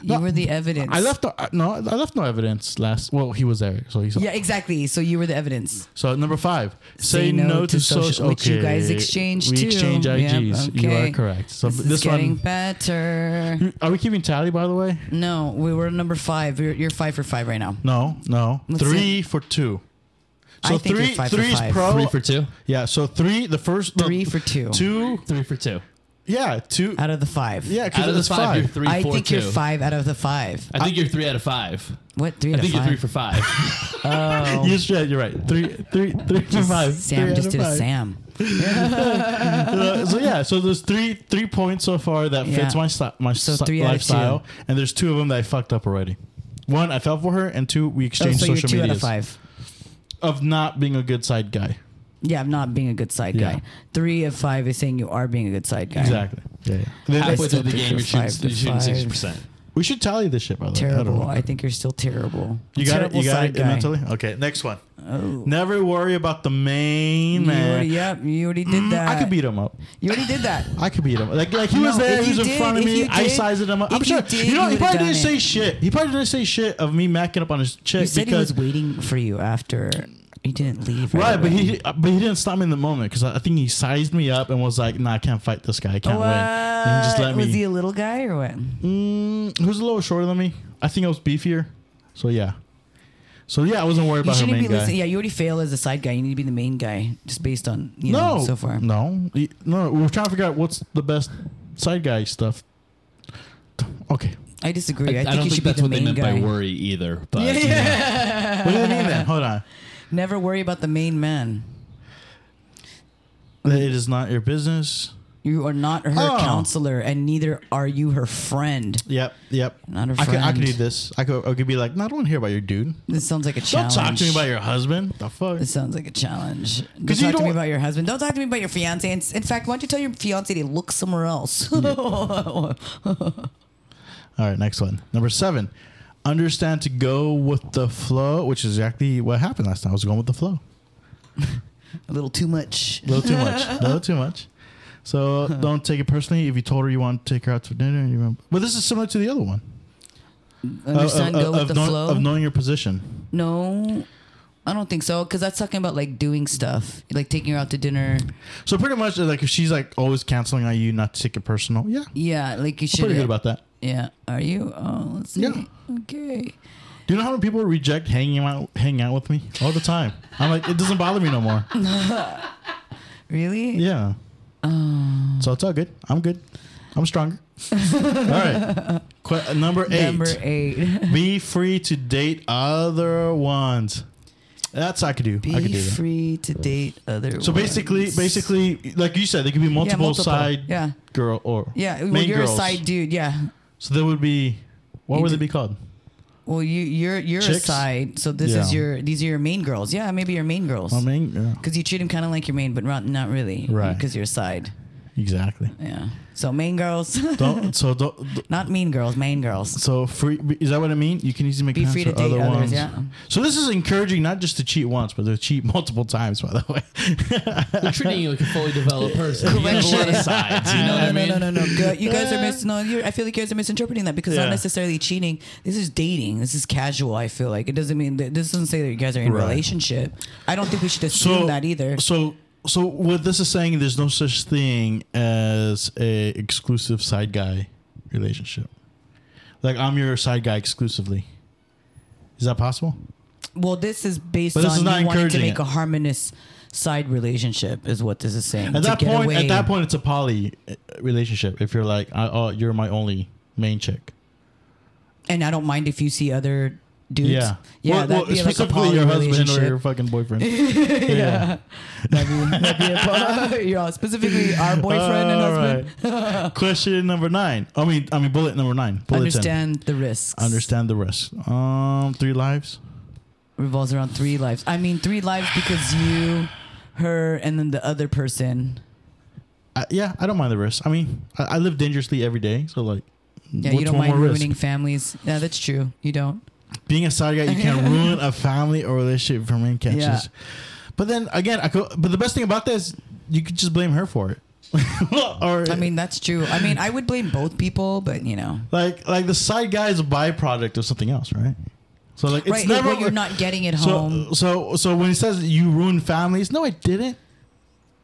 No, you were the evidence. I left no, I- no, I left no evidence last. Well, he was there, so he's Yeah, exactly. So you were the evidence. So number five, say, no, to, social, which you guys exchanged We too. exchange Yep, IGs. You okay. are correct. So this, this, is getting one, Mm, better. are we keeping tally by the way? No, we were number five. You're, you're five for five right now. No, no. Let's three for two. I So think three, you're five for three is five. pro. three for two. yeah. So three, the first no, Three for two. two. Three for two. Yeah, two. out of the five. Yeah, Out because of the it's five, five. you're three I for think two. you're five out of the five. I think you're three out of five. What three? I out think of you're five? three for five. Oh. You're straight, you're right. Three, three, three for five. Oh, Sam Three just out did of a five. Sam. Uh, so yeah, so there's three, three points so far that Yeah. fits my sti- my So sti- three out of lifestyle, and there's two of them that I fucked up already. One, I fell for her, and two, we Oh, exchanged so you're social two out medias. of five. of not being a good side guy. Yeah, I'm not being a good side Yeah. guy. Three of five is saying you are being a good side guy. Exactly. Yeah. yeah. Then I they- Halfway through still the think game, you're you're five shooting, for you're shooting five. sixty percent. we should tally this shit by the way. I don't Terrible. know. I, think you're still terrible. you got it. terrible You got side it guy. mentally. Okay. Next one. Oh. Never worry about the main You man. already, yep, you already did Mm, that. I could beat him up. You already did that. I could beat him. Like, like he No, was there. if He was you in did- front of if me. you I did- sized him up. if I'm you sure. did, you know, you he probably would've didn't done say it. shit. He probably didn't say shit of me macking up on his chick You said he because was waiting for you after. He didn't leave. Right, right. But away. he uh, but he didn't stop me in the moment because I, I think he sized me up and was like, "Nah, I can't fight this guy. I can't win." And he just let What? me. Was he a little guy or what? Mm, who's a little shorter than me? I think I was beefier. So yeah. So yeah, I wasn't worried You about her shouldn't main be guy. listening. Yeah, you already fail as a side guy. You need to be the main guy, just based on you no, know so far. no, Y- no. We're trying to figure out what's the best side guy stuff. Okay. I disagree. I, I, think don't you think should that's be the what they main meant guy. by worry either. But Yeah, yeah. What do you mean then? Hold on. Never worry about the main man. It is not your business. You are not her Oh. counselor, and neither are you her friend. Yep. Yep. Not her I could. I could friend. do this. I could. I could be like, no, I don't want to hear about your dude. This sounds like a Don't challenge. talk to me about your husband. The fuck. This sounds like a challenge. Don't 'Cause talk you to me don't- about your husband. Don't talk to me about your fiance. In, in fact, why don't you tell your fiance to look somewhere else? All right, next one. Number seven. Understand to go with the flow, which is exactly what happened last time. I was going with the flow. a little too much. A little too much. A little too much. So don't take it personally if you told her you want to take her out to dinner. And you remember. But this is similar to the other one. Understand? Of- go of- with of the know- flow. Of knowing your position. no, I don't think so. Because that's talking about like doing stuff, like taking her out to dinner. So pretty much, like if she's like always canceling on you, not to take it personal. Yeah, I'm Yeah, like you should. pretty good about that. yeah. Are you? Oh, let's see. Yeah. Okay. Do you know how many people reject hanging out, hanging out with me all the time? I'm like, it doesn't bother me no more. Really? Yeah. Um. So it's all good. I'm good. I'm stronger. all right. Que- uh, number eight. Number eight. Be free to date other ones. That's I could do. I could Be do that. free to date other. So basically, ones. basically, like you said, there could be multiple, multiple. side Yeah. girl or Yeah, well, main you're girls. a side dude. Yeah, So there would be. What You would d- they be called? Well, you you're you're a Chicks? side, so this is Yeah. your these are your main girls. Yeah, maybe your main girls. I mean, yeah, Because you treat them kind of like your main, but not not really. Right. Because you're a side. exactly. Yeah. So main girls, Don't so don't, not mean girls, main girls. So free is that what I mean? You can easily make Be plans free for to date other others, ones. yeah. So this is encouraging not just to cheat once, but to cheat multiple times. By the way, We're treating you like a fully developed person. You have a lot of sides. You know what I mean? No, no, no, no. Go- You guys are mis- no. You're, I feel like you guys are misinterpreting that because it's not Yeah. necessarily cheating. This is dating. This is casual. I feel like it doesn't mean that, this doesn't say that you guys are in Right. a relationship. I don't think we should assume so that either. So so what this is saying, there's no such thing as a exclusive side guy relationship. Like I'm your side guy exclusively. Is that possible? Well, this is based But this is on not you wanting to encouraging make it. a harmonious side relationship, is what this is saying. At To that get point, away- at that point, it's a poly uh, relationship. If you're like, I, oh, you're my only main chick. and I don't mind if you see other dudes. Yeah, yeah, Well, well, that'd be like a specifically poly your husband or relationship. your fucking boyfriend. yeah. That'd be, that'd be a po- yeah, specifically our boyfriend and All husband. right. Question number nine. I mean, I mean, bullet number nine. Bullet Ten. Understand the risks. Understand the risk. Um, three lives. Revolves around three lives. I mean, three lives because you, her, and then the other person. I, yeah, I don't mind the risk. I mean, I, I live dangerously every day, so like, Yeah, what's you don't one mind more ruining risk? families. Yeah, that's true. You don't. Being a side guy, you can ruin a family or relationship for main catches. Yeah. But then again, I could, but the best thing about this, you could just blame her for it. or I mean, that's true. I mean, I would blame both people, but you know. like, like the side guy is a byproduct of something else, right? So like, it's right, never but you're not getting it home. So, uh, so, so when he says you ruined families, no, I didn't.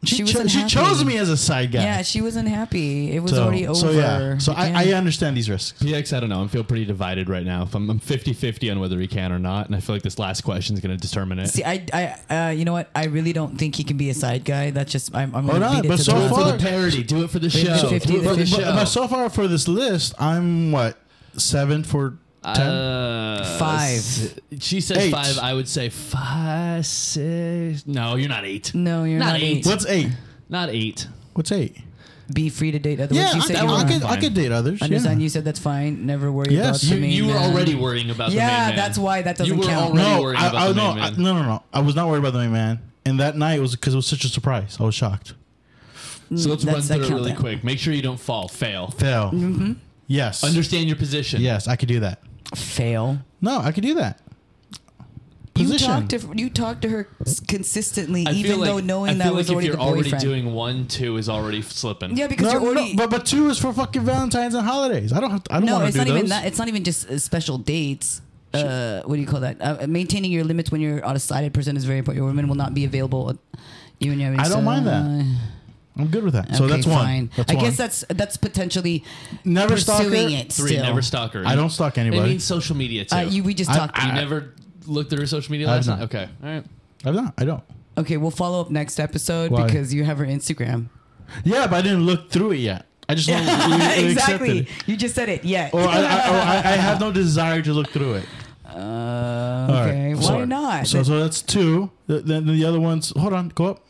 She, She cho- wasn't she happy. chose me as a side guy. yeah, she wasn't happy. It was so, already over. So yeah, so Damn. I, I understand these risks. PX, I don't know. I am feel pretty divided right now. If I'm, I'm 50-50 on whether he can or not, and I feel like this last question is going to determine it. See, I, I, uh, you know what? I really don't think he can be a side guy. That's just I'm, I'm Hold going to on, beat it but to so the ground. far- for the parody. Do it for the Maybe show. 50 Do it for But, the to but- but show. so far for this list, I'm what seven for ten. Uh, Five. s- She says Eight. five. I would say five, six. No, you're not eight. No, you're Not not, eight. eight. What's eight? Not eight. What's eight? Be free to date. Otherwise, Yeah, you I, said I, you I were- could, I fine. could date others. understand. yeah. You said that's fine. Never worry Yes. about You- the You, main you were man. already worrying about the main Yeah, man. that's why that doesn't You were count. already No, worried I, about I, the no, main I, man. no, no, no. I was not worried about the main man. And that night it was because it was such a surprise. I was shocked. So let's run Mm, That's- that through it count really down. quick. Make sure you don't fall. Fail. Fail. Mm-hmm. Yes. Understand your position. yes, I could do that. Fail. No, I could do that. You talked to you talked to her s- consistently, I feel even like- though knowing I feel that like was already if the you're already boyfriend. doing one, two is already f- slipping. yeah, because No, you're no, already. but but two is for fucking Valentine's and holidays. I don't have to, I don't no, want to it's do not those. even that. It's not even just uh, special dates. Uh, what do you call that? Uh, maintaining your limits when you're on a sided person is very important. Your women will not be available. at- You and your I don't mind that. I'm good with that. so okay, that's one. fine. That's I one. guess that's that's potentially never stalk her. pursuing it. Three. still. Never stalk her. I don't stalk It anybody. means social media too. Uh, you, we just I- talked. You never looked at her social media I've last night? not. Okay. All right. I'm not. I don't. okay, we'll follow up next episode Why? because you have her Instagram. Yeah, but I didn't look through it yet. I just don't- I accepted exactly. it. You just said it. Yeah. Or I, I, or I, I have no desire to look through it. Uh, All right. okay. Why So- not? So, so that's two. Th- Then the other ones. Hold on, go up.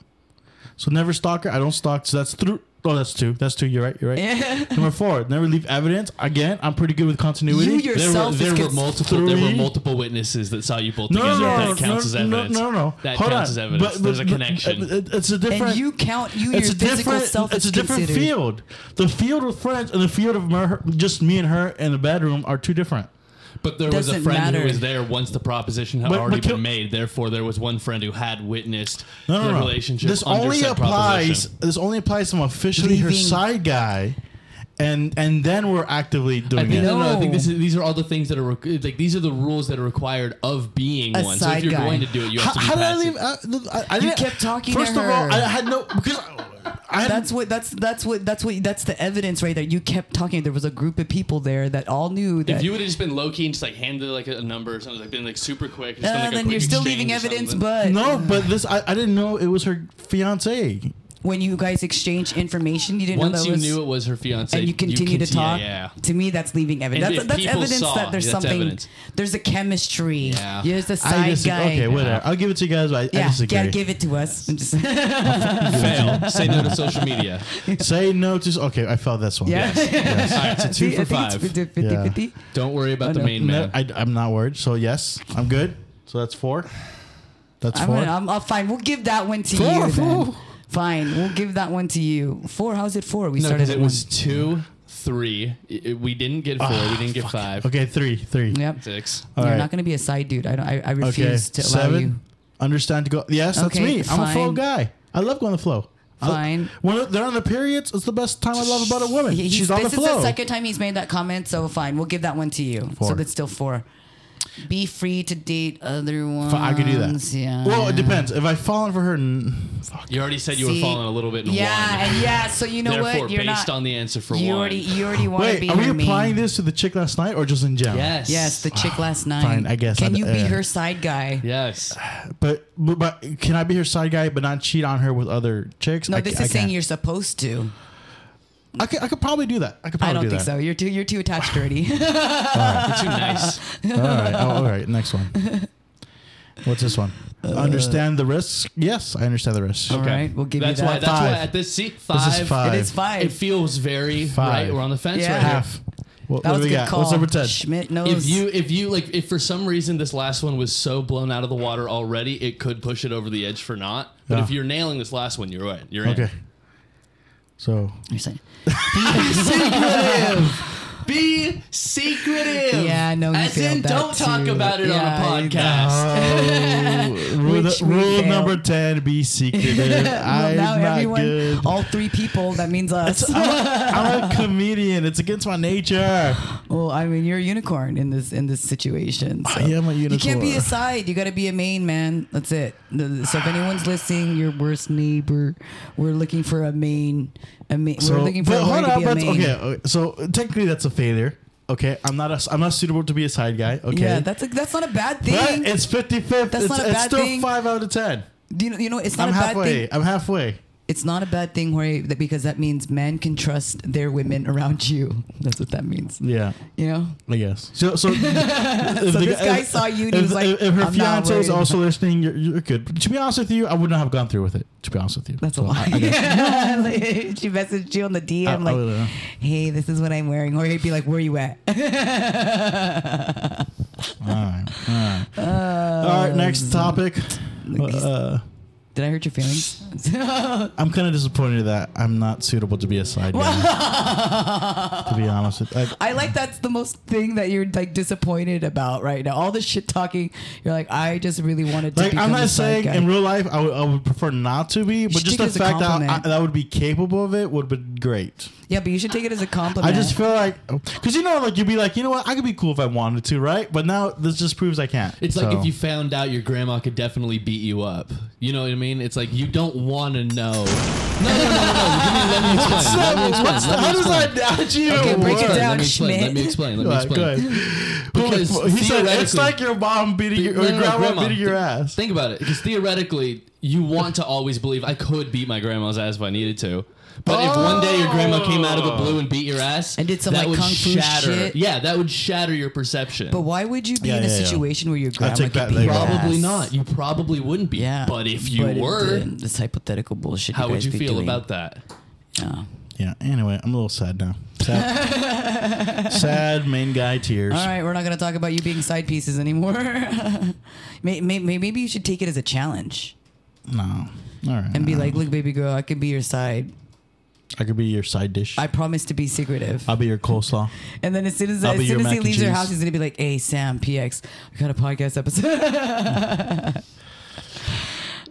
So never stalk her. I don't stalk. So that's through. Oh, that's two. That's two. You're right. You're right. Number four. Never leave evidence. Again, I'm pretty good with continuity. You yourself- There were, Self is there were cons- multiple there were Three. multiple witnesses that saw you both No, together. no, no, that counts as no, no, evidence. no, no. That Hold counts on. as evidence. But- There's a but- uh, but- connection. it- it- it's a different. and you count you it's your a physical different. self It's is a different considered. field. The field of friends and the field of mer- just me and her in the bedroom are two different. But there was a Doesn't friend who matter. was there once the proposition had But- but already can- been made. Therefore, there was one friend who had witnessed No, no, the no. relationship. This under only said applies. proposition. This only applies to officially her Leaving- side guy, and and then we're actively I doing think, it. no, no, I think No. this is, these are all the things that are requ- like these are the rules that are required of being A one. so if side you're guy. going to do it, you How, have to be how did I passive. leave? I, I, I You didn't- kept talking to First of all, her. I had no because I had That's what. That's that's what. That's what. That's the evidence right there. You kept talking. There was a group of people there that all knew that. If you would have just been low key and just like handed like a number or something, like been like super quick, just Uh, done, like, a then quick you're still exchange leaving or evidence, something. but no, but this I, I didn't know it was her fiance. when you guys exchange information, you didn't know Once that you was, knew it was her fiance, and you continue to conti- talk. Yeah, To me, that's leaving evidence. And that's if that's people evidence saw, that there's that's something. evidence. There's a chemistry. Yeah. There's a I side disagree. guy. Okay, whatever. I'll give it to you guys, but I, I Yeah, disagree. yeah, give it to us. I'm just fail. Say no to social media. Say no to. Okay, I felt this one. yeah. All right, so two See, for I think it's five. 50, 50, Yeah. 50. Don't worry about I the know. main No, man. I, I'm not worried. So yes, I'm good. So that's four. That's I'm, 4 gonna, I'm, I'll fine. We'll give that one to Four, you. then. four. Fine, we'll give that one to you. Four? How's it four? We no, started because at it was two, three. I- I- we didn't get four. we didn't get five. okay, three, three. one. Yep. Six. All You're right. not going to be a side dude. I don't. I, I okay, refuse to allow seven. you. Understand to go. Yes, that's Okay, me. I'm a flow fine. guy. I love going to flow. I- Fine. when they're on the periods, it's the best time I love about a woman. He- he's- She's on the this flow. is the second time he's made that comment, so fine. We'll give that one to you. So Four. that's still four. Be free to date other ones. F- I could do that. Yeah. Well, it depends. If I fall for her, n- fuck. You already said you See, were falling a little bit in yeah, one. and yeah. So you know Therefore, what? You're based not. on the answer for you one. already. You already want to Wait, be. are we her main. applying this to the chick last night or just in general? yes. Yes, the chick last night. Fine, I guess Can I'd- you be uh, her side guy? yes. But, but but can I be her side guy but not cheat on her with other chicks? No, I, this I is saying can't. you're supposed to. I could, I could probably do that. I could probably I don't do think so. that. You're too. You're too attached already. You're too nice. so. all right. Oh, all right. Next one. What's this one? Uh, understand the risks? Yes, I understand the risks. All right, we'll give you that's that. Why, that's Five. why at this seat, This five. is five. It is five. It feels very Five. right. We're on the fence Yeah. right here. Half. What, that what do was a we good got? call. What's number ten? Schmidt knows. If you, if you like, if for some reason this last one was so blown out of the water already, it could push it over the edge for not. But Yeah. if you're nailing this last one, you're right. You're Okay. in. So You're saying- Be secretive. Yeah, I know you As in, failed that don't talk too. about it Yeah, on you- a podcast. oh, rule, Which we rule failed. number ten: be secretive. well, I'm now not everyone, good. all three people. That means us. I'm a comedian. It's against my nature. well, I mean, you're a unicorn in this in this situation. So. I am a You can't be unicorn. a side. You got to be a main man. That's it. The- So if anyone's listening, your worst neighbor, we're looking for a main. A main we're looking for but a woman to be a but- main. okay, okay. So technically, that's a failure. Okay, I'm not a, I'm not suitable to be a side guy. Okay, Yeah, that's a, that's not a bad thing. but it's 55. That's it's, not a it's bad still thing. five out of ten. you know, you know, it's not I'm a bad halfway. thing. I'm halfway. It's not a bad thing, Jorge, that because that means men can trust their women around you. That's what that means. Yeah, You know. I guess. So so, if So the this guy- guy if- saw you and he if, was like, if, if her "I'm not fiance is worried." also listening, you're, you're good. But to be honest with you, I would not have gone through with it. To be honest with you, That's a So lie. I- I guess- Like, she messaged you on the DM I- I like, would've- "Hey, this is what I'm wearing," or he'd be like, "Where you at?" all right, all right. all right. Next Um, topic. Uh, Did I hurt your feelings? I'm kind of disappointed that I'm not suitable to be a side guy. to be honest with you. I like that's the most thing that you're like disappointed about right now. All the shit talking, you're like, I just really wanted to. Like I'm become a not side saying guy." in real life I would, I would prefer not to be, but should just take the it as a fact that I, compliment. that I would be capable of it would be great. yeah, but you should take it as a I compliment. just feel like because you know, like you'd be like, you know what, I could be cool if I wanted to, right? But now this just proves I can't. It's like So, if you found out your grandma could definitely beat you up. You know what I mean? It's like you don't want to know. No, no, no, no. no. Give me- Let me explain. Let me explain. Let me how does explain. that not you? Okay, break it work? down, Let me explain. Let me Schmidt. explain. Let Go me ahead, explain. go ahead. Because Because he said it's theoretically- like your mom beating your, No, or no, no, grandma, grandma. beating your Th- ass. Think about it, because theoretically, you want to always believe I could beat my grandma's ass if I needed to. But if one day your grandma came out of the blue and beat your ass And did some, that like, would kung fu shatter. shit? Yeah, that would shatter your perception. but why would you be Yeah, in a yeah, yeah. situation where your grandma take could that beat later. your probably ass? not. You probably wouldn't be. Yeah, But if you but it were, didn't. this hypothetical bullshit. how you would guys you be feel doing. about that? Yeah. Yeah. Anyway, I'm a little sad now. Sad, sad main guy tears. All right, we're not going to talk about you being side pieces anymore. May- may- may- maybe you should take it as a challenge No. All right. and be like, "Look, baby girl, I could be your side. I could be your side dish. I promise to be secretive." I'll be your coleslaw. And then as soon as I'll as be your soon as mac he and leaves your cheese. house, he's gonna be like, "Hey Sam, PX, I got a podcast episode."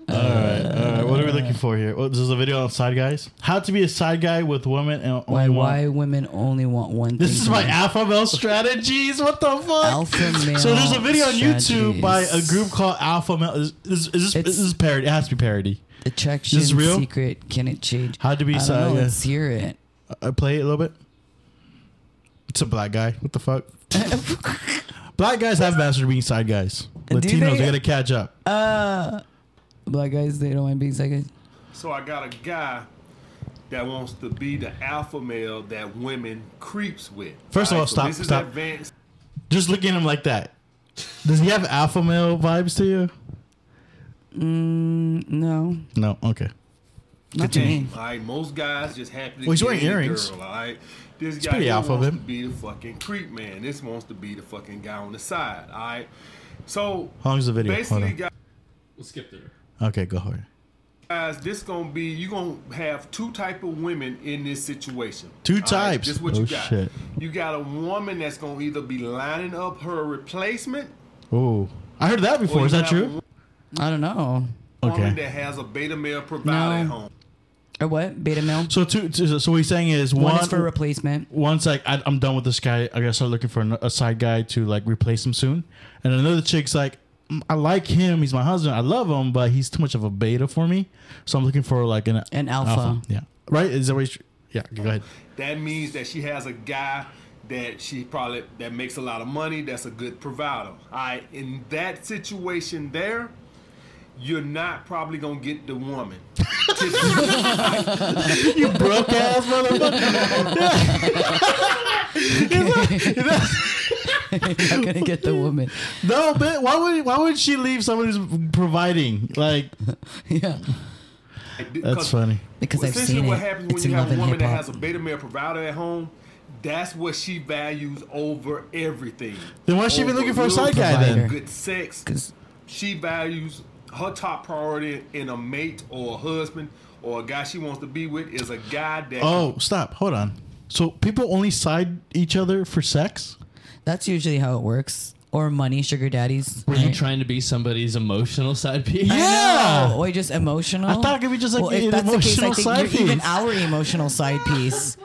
All right, all right. What are we looking for here? Well, this is a video on side guys. How to be a side guy with women and only why? one. Why women only want one? This thing is from my you. alpha male strategies. What the fuck? alpha male. so there's a video on YouTube by a strategies. group called Alpha Male. Is, is, is this, It's- this is parody? It has to be parody. Attraction This is real? secret. Can it change? How to be I don't side? know. yeah. Let's hear it. I I play it a little bit. It's a black guy. What the fuck? black guys have mastered being side guys. Do Latinos, they? they gotta catch up. Uh, black guys, they don't mind being second. So I got a guy that wants to be the alpha male that women creeps with. First of all, so stop, This is stop. advanced. Just look at him like that. Does he have alpha male vibes to you? No, No. Okay. not to me. All right, most guys just happy to Well, he's get wearing any earrings. Girl, all right, this guy pretty here alpha of wants him. to be the fucking creep man. This wants to be the fucking guy on the side. All right, so How long's the video? Hold basically, on. guys. We'll skip through. Okay, go for it. guys, this gonna be you gonna have two type of women in this situation. Two All right, types. Just what Oh, you got. shit. You got a woman that's gonna either be lining up her replacement. Oh, I heard that or before. you Is that got true? I don't know. A woman Okay. that has a beta male provider No. at home. Or what? Beta male. So two. two- So what he's saying is one. One is for replacement. one's like I, I'm done with this guy. I gotta start looking for an- a side guy to like replace him soon. And another chick's like, "Mm, I like him. He's my husband. I love him, but he's too much of a beta for me. So I'm looking for like an An alpha. Yeah. Right? Is that what? you- Yeah. Go ahead. That means that she has a guy that she probably that makes a lot of money. That's a good provider. All right, in that situation there, you're not probably gonna get the woman. You broke ass motherfucker. I'm gonna get the woman. No, but why would why would she leave someone who's providing? Like Yeah, that's funny. because I've Essentially, seen what it. happens when it's you in have love a and woman hip that has a hop. beta male provider at home? That's what she values over everything. Then why is she even Over looking for a good side guy provider. then? Good sex. 'Cause- She values her top priority in a mate or a husband or a guy she wants to be with is a guy that. Oh, stop. Hold on. So people only side each other for sex? That's usually how it works. Or money, sugar daddies. Were you trying to be somebody's emotional side piece? Yeah. No, or just emotional. I thought it could be just like well, an if that's the case, I emotional think side you're even piece. our emotional side piece.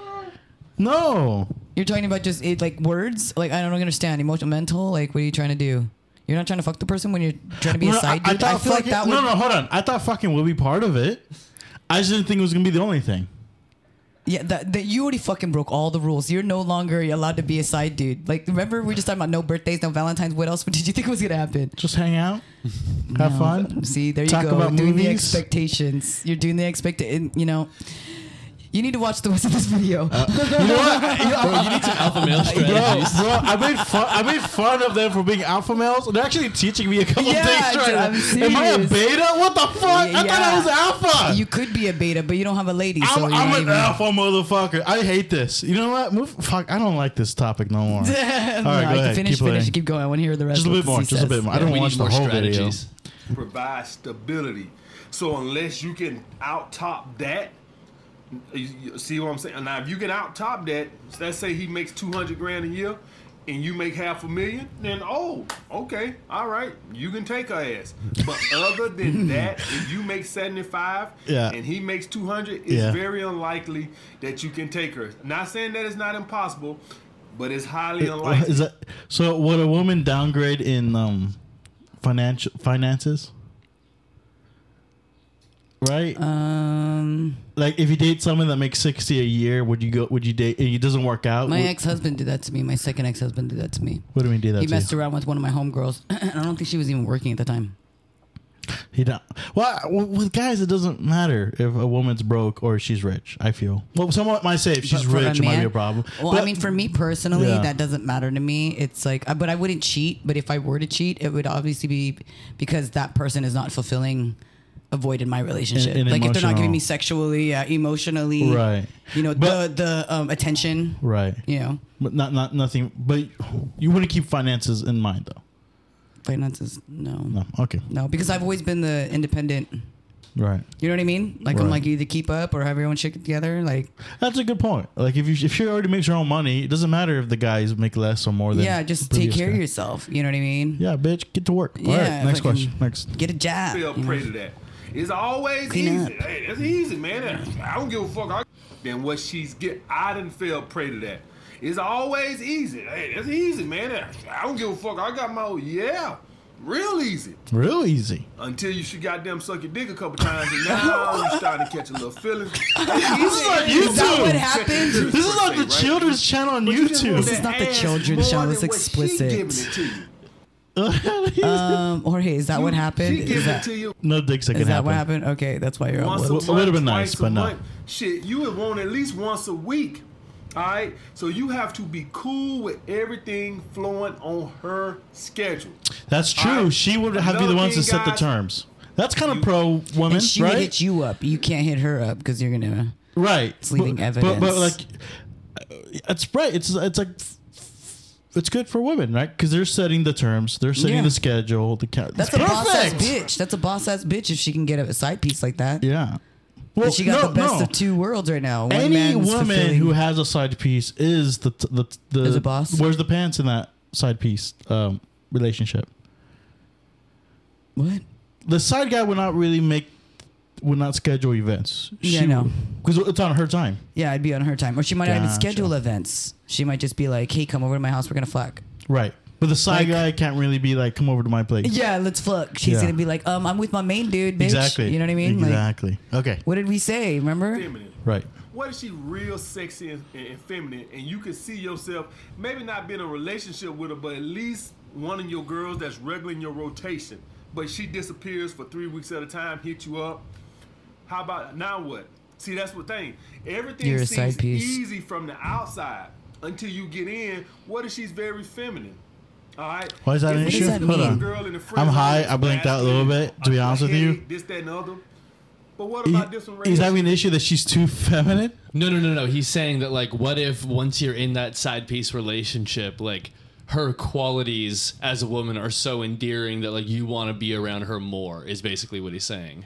No. You're talking about just it, like words. Like I don't understand emotional, mental. Like what are you trying to do? You're not trying to fuck the person when you're trying to be No, a no, side dude. I, feel like fucking- that would. No, no, hold on. I thought fucking would be part of it. I just didn't think it was gonna be the only thing. Yeah, that, that you already fucking broke all the rules. You're no longer allowed to be a side dude. Like remember we just talking about no birthdays, no Valentines. What else did you think was gonna happen? Um, Just hang out, have fun. See, there you Talk go. about doing the movies. expectations. You're doing the expect. and, You know, you need to watch the rest of this video. You know what? I- you know, I- You need some alpha male Bro, strategies. bro, I made fun. I made fun of them for being alpha males. They're actually teaching me a couple Yeah, things. Right dude, I'm now. Am I a serious. beta? What the fuck? I thought I Yeah. was alpha. you could be a beta, but you don't have a lady. I'm, so you're I'm uh, not an even- alpha motherfucker. I hate this. You know what? Move. Fuck. I don't like this topic no more. Just No, right, go I can ahead. finish, Keep finish, playing. keep going. I want to hear the rest. a of bit what more. she Just a says. bit more. I don't we watch need the more whole video. strategies. provide stability. So unless you can out top that, you- you see what I'm saying? Now, if you can out top that, let's say he makes 200 grand a year and you make half a million, then oh, okay, all right, you can take her ass. But other than that, if you make 75 Yeah. and he makes 200, it's Yeah. very unlikely that you can take her. Not saying that it's not impossible, but it's highly unlikely. Is that so? Would a woman downgrade in um, financial finances? Right, Uh, Um, like if you date someone that makes sixty a year, would you go? Would you date? And it doesn't work out. my would- ex-husband did that to me. My second ex-husband did that to me. What do we do that He to? messed around with one of my homegirls. I don't think she was even working at the time. He don't. Well, I- well, with guys, it doesn't matter if a woman's broke or she's rich. I feel. Well, someone might say if she's But for a rich, it might be man- a problem. Well, I But- mean, for me personally, Yeah. that doesn't matter to me. It's like, I- but I wouldn't cheat. But if I were to cheat, it would obviously be because that person is not fulfilling a void in my relationship. And- and like if they're not giving emotional. me sexually, uh, emotionally, Right. You know, But- the the um, attention, right? You know, But not not nothing. But you wouldn't keep finances in mind though. finances, no, no, No. Okay. because I've always been the independent. Right. You know what I mean? Like I'm Right. like either keep up or have your own shit together. Like That's a good point. Like if you if she already makes her own money, it doesn't matter if the guys make less or more than. yeah, just the take previous care of guy. yourself. You know what I mean? Yeah, bitch, get to work. All right, Yeah, next fucking- question. Next. Get a job. fell you know? prey to that. It's always Clean easy. up. Hey, that's easy, man. I don't give a fuck. I, then what she's get, I didn't fell prey to that. It's always easy. Hey, that's easy, man. I don't give a fuck. I got my own. Yeah, real easy. Real easy. Until you should goddamn suck your dick a couple times, and now you starting to catch a little feeling. This is on Is that YouTube. what happened? This is on the children's channel on YouTube. This is not the children's show, it's explicit. Um, Jorge, is that what happened? She gives Is that, it to you no dick sucking is that what happened. happened? Okay, that's why you're on. once a, Well, Well, month, it would've been twice nice, a but no. month. Shit, you would want at least once a week. All right, so you have to be cool with everything flowing on her schedule. That's true. Alright. She would have been the Another ones to thing, set the guys- terms. That's kind of pro woman, And she right? would hit you up. You can't hit her up because you're gonna. right. It's leaving but, But, but evidence. like, uh, it's right. It's it's like. f- f- It's good for women, right? Because they're setting the terms, they're setting Yeah. the schedule. The ca- That's a boss ass bitch. That's a boss ass bitch if she can get a side piece like that. Yeah. Well, And she got no, the best no. of two worlds right now. One Any man's woman fulfilling- who has a side piece is the the the Is a boss? Where's the pants in that side piece um, relationship? what? The side guy would not really make would not schedule events. Yeah, I know. because it's on her time. Yeah, I'd be on her time, or she might not even Gotcha. schedule events. She might just be like, "Hey, come over to my house. We're gonna fuck." Right. But the side Like- guy can't really be like, come over to my place. Yeah, let's fuck. She's Yeah. gonna be like, "Um, I'm with my main dude, bitch." Exactly. You know what I mean? Like, Exactly. okay. what did we say? Remember? Feminine. Right. What if she real sexy and, and feminine, and you can see yourself maybe not being in a relationship with her, but at least one of your girls that's regular in your rotation. But she disappears for three weeks at a time, hit you up. How about now? What? See, that's the thing. Everything You're a seems side piece. easy from the outside until you get in. What if she's very feminine? All right. Why is that an If issue? it's a Hold on. girl in the friend I'm high. zone, I blinked out a little masculine, bit, to be I honest with hate you. This, that, and the other. But what Is, about this one right is here? that an issue that she's too feminine? No, no, no, no. He's saying that like, what if once you're in that side piece relationship, like her qualities as a woman are so endearing that like you want to be around her more is basically what he's saying.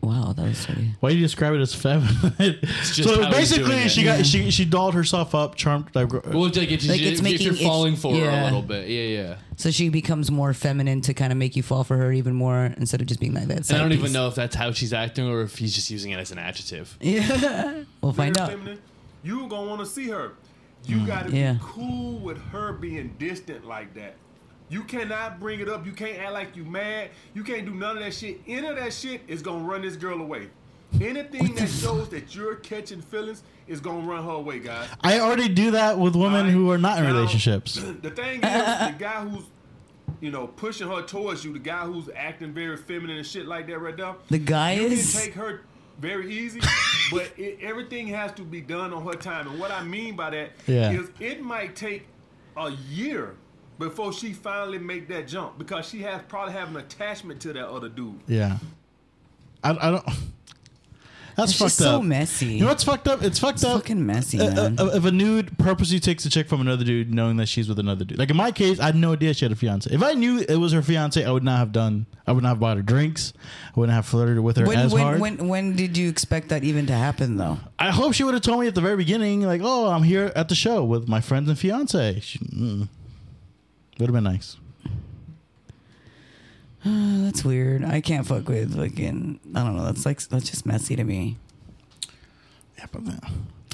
Wow, that was funny. Why do you describe it as feminine? just how so he's doing basically, it. she got she she dolled herself up, charmed. Like, Well, like if, Like, if, it's if making- you're it's- falling for her yeah. a little bit, yeah, yeah. So she becomes more feminine to kind of make you fall for her even more instead of just being like that. And I side don't even piece. know if that's how she's acting or if he's just using it as an adjective. Yeah, we'll find very out. feminine, you gonna want to see her. You Mm, gotta Yeah. be cool with her being distant like that. You cannot bring it up. You can't act like you mad. You can't do none of that shit. Any of that shit is gonna run this girl away. Anything that shows that you're catching feelings is gonna run her away, guys. I already do that with women Alright. who are not in Now, relationships. The thing is, the guy who's you know pushing her towards you, the guy who's acting very feminine and shit like that right now. The guy you is- can take her very easy, but it, everything has to be done on her time. And what I mean by that is, Yeah. it might take a year before she finally make that jump because she has probably have an attachment to that other dude. Yeah. I, I don't. That's It's fucked just up. so messy. You know what's fucked up? It's fucked It's up. fucking messy, Uh, uh, man. if a nude purposely takes a chick from another dude, knowing that she's with another dude. Like in my case, I had no idea she had a fiance. If I knew it was her fiance, I would not have done. I would not have bought her drinks. I wouldn't have flirted with her when as when, hard. when when did you expect that even to happen though? I hope she would have told me at the very beginning, like, "Oh, I'm here at the show with my friends and fiance." She, mm, would have been nice. Uh, that's weird. I can't fuck with fucking. I don't know. That's like that's just messy to me. Yeah, but man.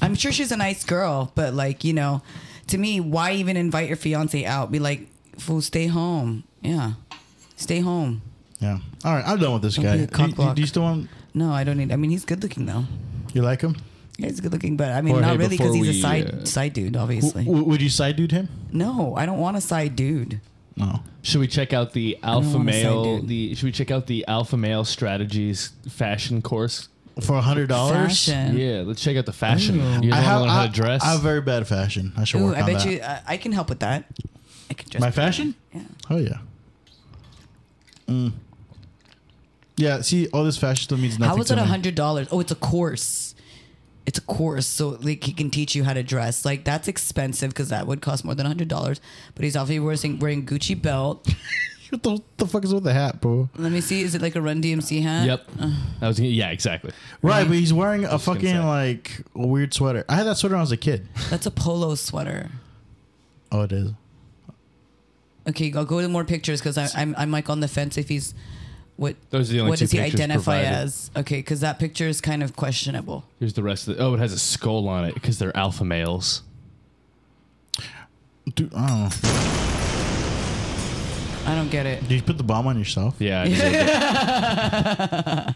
I'm sure she's a nice girl, but like you know, to me, why even invite your fiance out? Be like, fool, stay home. Yeah, stay home. Yeah. All right, I'm done with this Don't guy. be a cock Do- do- block. do you still want? No, I don't need. I mean, he's good looking though. You like him? Yeah, he's good looking, but I mean, Jorge, not really because before he's a we, side uh, side dude, obviously. W- w- would you side dude him? no, I don't want a side dude. No. Should we check out the alpha wanna say, male? dude. The should we check out the alpha male strategies fashion course? For a hundred dollars? Fashion. Yeah, let's check out the fashion. Ooh. You I don't have learn how I, to dress. I have very bad fashion. I should Ooh, work I on bet that. you uh, I, I can help with that. I can just My fashion? Yeah. Oh yeah. Mm. Yeah. See, all this fashion still means nothing. How is to it me. a hundred dollars? Oh, it's a course. It's a course, so like he can teach you how to dress. Like that's expensive because that would cost more than a hundred dollars. But he's obviously wearing wearing Gucci belt. What the, the fuck is with the hat, bro? Let me see, is it like a Run DMC hat? yep. I was. gonna- Yeah, exactly. Right, but he's wearing a gonna fucking say. like weird sweater. I had that sweater when I was a kid. That's a polo sweater. Oh, it is. Okay, I'll go to more pictures because I'm I'm like on the fence if he's what Those are the only what two does he pictures identify provided. as? Okay, because that picture is kind of questionable. Here's the rest of the. Oh, it has a skull on it because they're alpha males. Dude, I don't know. I don't get it. Did you put the bomb on yourself? Yeah. I did.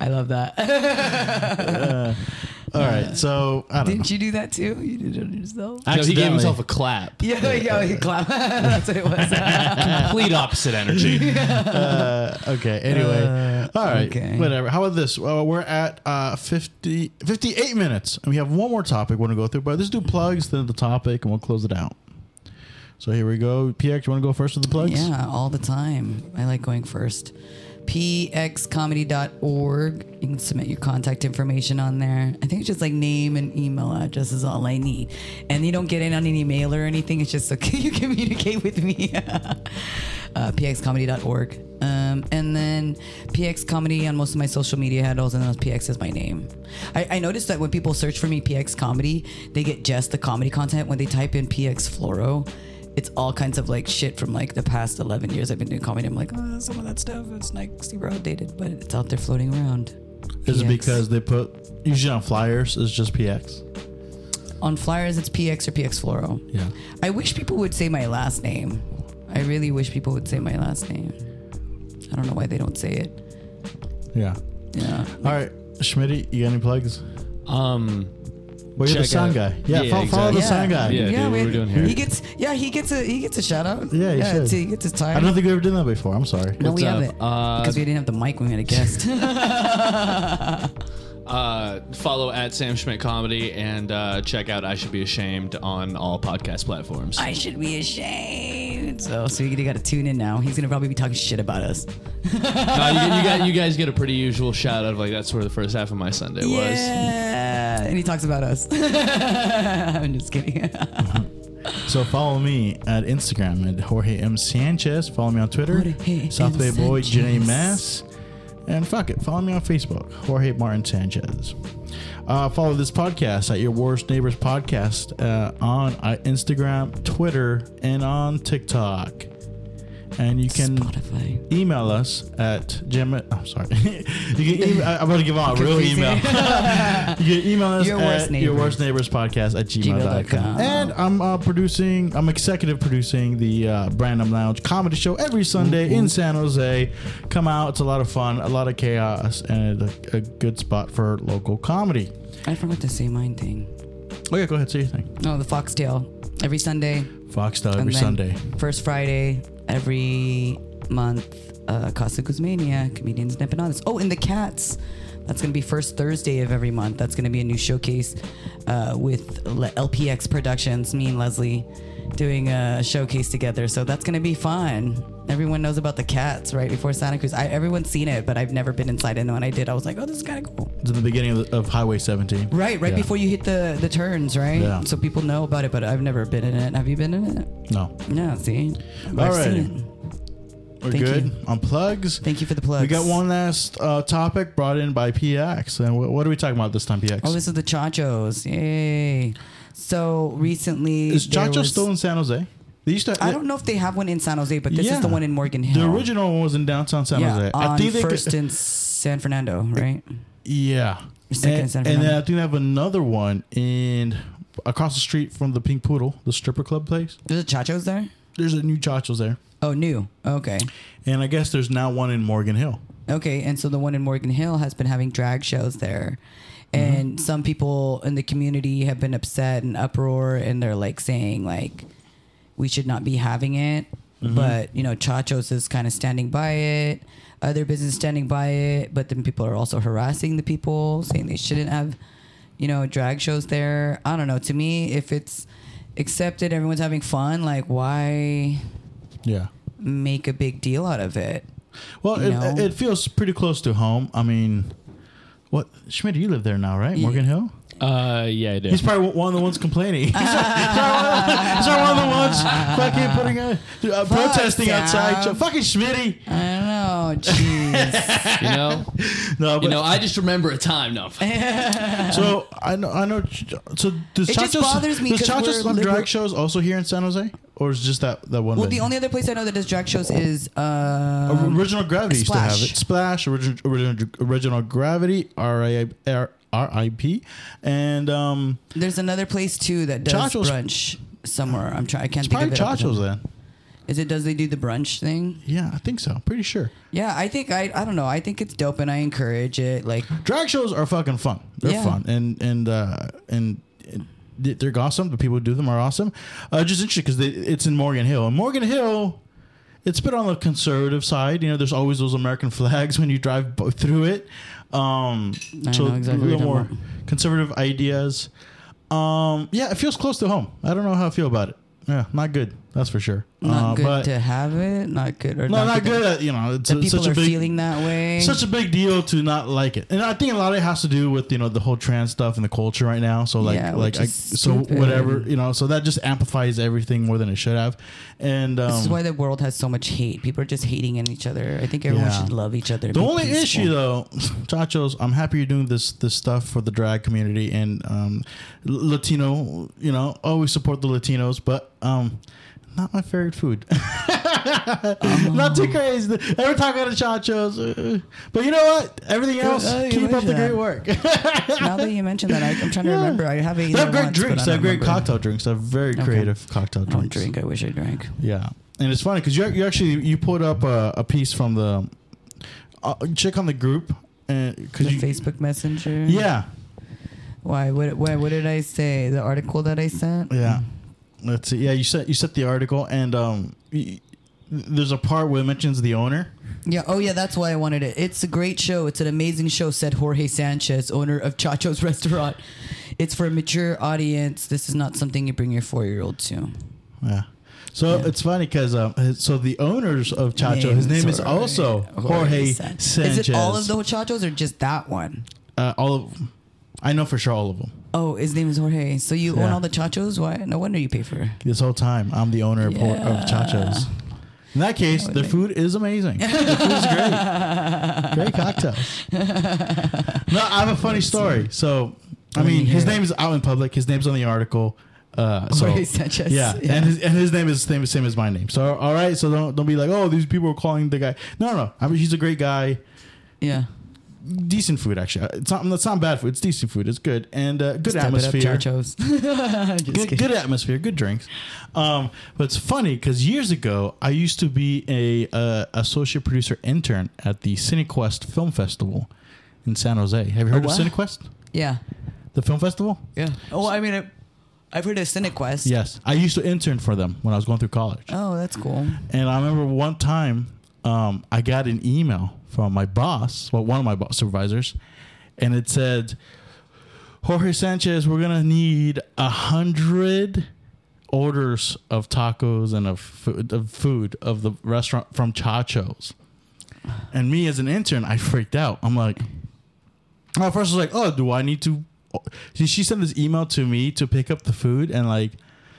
I love that. All right. So I don't know. Didn't you do that too? You did it yourself. No, he gave Accidentally. himself a clap. yeah, yeah, yeah, clap. That's what it was. Complete opposite energy. Uh, Okay. Anyway. All right. okay. Whatever. How about this? Uh, we're at uh, 50, 58 minutes, and we have one more topic we want to go through. But let's do plugs, then the topic, and we'll close it out. So here we go. PX, you want to go first with the plugs? yeah, all the time. I like going first. pxcomedy.org. You can submit your contact information on there. I think it's just like name and email address is all I need. And you don't get in on any mail or anything. It's just so can you communicate with me? uh, pxcomedy.org. Um, and then PX Comedy on most of my social media handles, and then PX is my name. I, I noticed that when people search for me, PX Comedy, they get just the comedy content. When they type in PX Floro, it's all kinds of like shit from like the past 11 years I've been doing comedy. I'm like, oh, some of that stuff is like super outdated, but it's out there floating around. Is it PX. because they put usually on flyers? It's just PX. On flyers, it's PX or PX Floro. Yeah. I wish people would say my last name. I really wish people would say my last name. I don't know why they don't say it. Yeah. Yeah. All right, Schmitty, you got any plugs? Um, Well, you're the Check sound out- guy. Yeah. Yeah, fo- Follow the exactly. sound guy. Yeah. dude, we- we're doing here. He gets, yeah, he gets a he gets a shout out. Yeah, he should. it's- he gets a time. I don't think we've ever done that before. I'm sorry. no, What's we up? haven't Uh, because we didn't have the mic when we had a guest. uh, follow at Sam Schmidt Comedy and uh, check out I Should Be Ashamed on all podcast platforms. I should be ashamed. So, so you got to tune in now. He's gonna probably be talking shit about us. No, you, you guys, you guys get a pretty usual shout out of like that's where the first half of my Sunday was. Yeah, and he talks about us. I'm just kidding. So follow me at Instagram at Jorge M Sanchez. Follow me on Twitter, Jorge M. South Bay Boy Janae Sanchez. Mass, and fuck it, follow me on Facebook, Jorge Martin Sanchez. Uh, follow this podcast at Your Worst Neighbors Podcast uh, on uh, Instagram, Twitter, and on TikTok. And you can Spotify. email us at gem. I'm sorry. you can email, I- I'm about to give out a real Confusing. email. you can email us Your at your worst neighbors. worst neighbors podcast at gmail.com. gmail.com. And I'm uh, producing, I'm executive producing the uh, Brandom Lounge comedy show every Sunday Mm-hmm. in San Jose. Come out. It's a lot of fun, a lot of chaos, and a, a good spot for local comedy. I forgot to say mine thing. Oh, yeah, go ahead. Say your thing. No, the foxtail every Sunday. Foxtel and every then Sunday. First Friday every month. Uh, Casa Guzmania, comedians Nepanadas. Oh, and the cats. That's going to be first Thursday of every month. That's going to be a new showcase uh, with Le- LPX Productions. Me and Leslie doing a showcase together. So that's going to be fun. Everyone knows about the cats, right? Before Santa Cruz, I, everyone's seen it, but I've never been inside. And when I did, I was like, "Oh, this is kind of cool." It's at the beginning of, of Highway 17. Right, right Yeah. before you hit the the turns, right? Yeah. So people know about it, but I've never been in it. Have you been in it? No. No, see. I've Alrighty. seen it. We're Thank good you. on plugs. Thank you for the plugs. We got one last uh, topic brought in by PX. And wh- what are we talking about this time, PX? Oh, this is the Chachos. Yay. So recently is there Chacho was- still in San Jose? They used to. I don't know if they have one in San Jose, but this Yeah. is the one in Morgan The Hill. original one was in downtown San yeah, Jose. on I think they first could, in San Fernando, right? yeah. second And, San and then Fernando. I think they have another one in across the street from the Pink Poodle, the stripper club place. There's a Chachos there. There's a new Chacho's there, Oh, new. Okay, and I guess there's now one in Morgan Hill. okay. And so the one in Morgan Hill has been having drag shows there, and some people in the community have been upset and uproar, and they're like saying like, we should not be having it. But you know, Chachos is kind of standing by it. Other business standing by it, but then people are also harassing the people, saying they shouldn't have, you know, drag shows there. I don't know. To me, if it's accepted, everyone's having fun. Like, why Yeah. make a big deal out of it? Well, You it, know? it feels pretty close to home. I mean, what Schmidt? You live there now, right? Morgan Hill. Uh, yeah, I He's did. probably one of the ones complaining. he's, probably, he's probably one of the ones fucking putting a, uh, protesting Sam. outside. Ch- Fucking Schmitty. I don't know. Jeez. You know, No, but you know. I just remember a time. No, so I know. I know. ch- So does It just Chacho's- bothers me Does 'cause Chacho's we're have drag liberal- shows also here in San Jose, or is just that that one? well, venue? the only other place I know that does drag shows is uh, O- um, original Gravity used to have Splash. it. Splash, original, original, original Gravity, R.I.P., R.I.P., and um, There's another place too that does Chacho's- brunch somewhere. I'm trying. I can't it's think probably of it. off the top of Chacho's my- then. Is it does they do the brunch thing? Yeah, I think so. I'm pretty sure. Yeah, I think I I don't know. I think it's dope and I encourage it. Like Drag shows are fucking fun. They're Yeah. fun, and and uh, and. and th- they're awesome. The people who do them are awesome. Uh, just interesting because it's in Morgan Hill. And Morgan Hill, it's been on the conservative side. You know, there's always those American flags when you drive bo- through it. Um, I so a know exactly what you're little more talking conservative ideas. Um, yeah, it feels close to home. I don't know how I feel about it. Yeah, not good. That's for sure. not Uh, good but- to have it, not good or no, not that the- good. At, you know, it's That a- people such a are big feeling that way. such a big deal to not like it, and I think a lot of it has to do with you know the whole trans stuff and the culture right now. So like Yeah, like which I, is so stupid. whatever you know, so that just amplifies everything more than it should have. And um, this is why the world has so much hate. People are just hating in each other. I think everyone Yeah. should love each other. and the be only peaceful. issue though, Chachos, I'm happy you're doing this this stuff for the drag community and um, L- Latino. You know, always support the Latinos, but um, not my favorite food. not Oh. too crazy. Every time I go to Chachos, uh, but you know what? Everything else, oh, you keep up the mentioned that. great work. now that you mentioned that, I, I'm trying to remember. I have a. They have great drinks. They have great cocktail drinks. They have very creative cocktail I drinks. don't drink. I wish I drank. Yeah, and it's funny because you, you actually you put up a, a piece from the uh, check on the group and The because you Facebook Messenger. yeah Why? What? Why? What did I say? The article that I sent. yeah let's see yeah you set you set the article and um y- there's a part where it mentions the owner Yeah. Oh, yeah. That's why I wanted it. It's a great show. It's an amazing show," said Jorge Sanchez, owner of Chacho's Restaurant. It's for a mature audience. This is not something you bring your four-year-old to. yeah. So Yeah. it's funny because um, his- so the owners of Chacho, his Names name is are- also Jorge San- Sanchez. Is it all of the Chachos or just that one? Uh, all of, I know for sure all of them. Oh, his name is Jorge. So you own Yeah. all the Chachos? Why? No wonder you pay for it. This whole time, I'm the owner of, Hor- of Chacho's. In that case, That would their make- food is amazing. Their food is great. great cocktails. No, I have a funny story. So, I Let me mean, his hear it. name is out in public. His name's on the article. Uh, so, Jorge Sanchez. Yeah, Yeah. and his and his name is same same as my name. So, all right. So don't don't be like, oh, these people are calling the guy. No, no. I mean, he's a great guy Yeah. decent food actually. It's not it's not bad food. It's decent food. It's good and uh, good Step it atmosphere. up, Chachos. Just Good, kidding. good atmosphere, good drinks. Um, but it's funny because years ago, I used to be a uh, associate producer intern at the CineQuest Film Festival in San Jose. Have you heard Oh, of wow. CineQuest, Yeah. the film festival? Yeah. Oh, I mean, I, I've heard of CineQuest. Yes, I used to intern for them when I was going through college. Oh, that's cool. And I remember one time um, I got an email from my boss, well, one of my bo- supervisors, and it said, Jorge Sanchez, we're going to need a hundred orders of tacos and of food, of food of the restaurant from Chacho's. And me as an intern, I freaked out. I'm like, at first I was like, oh, do I need to? She she sent this email to me to pick up the food and like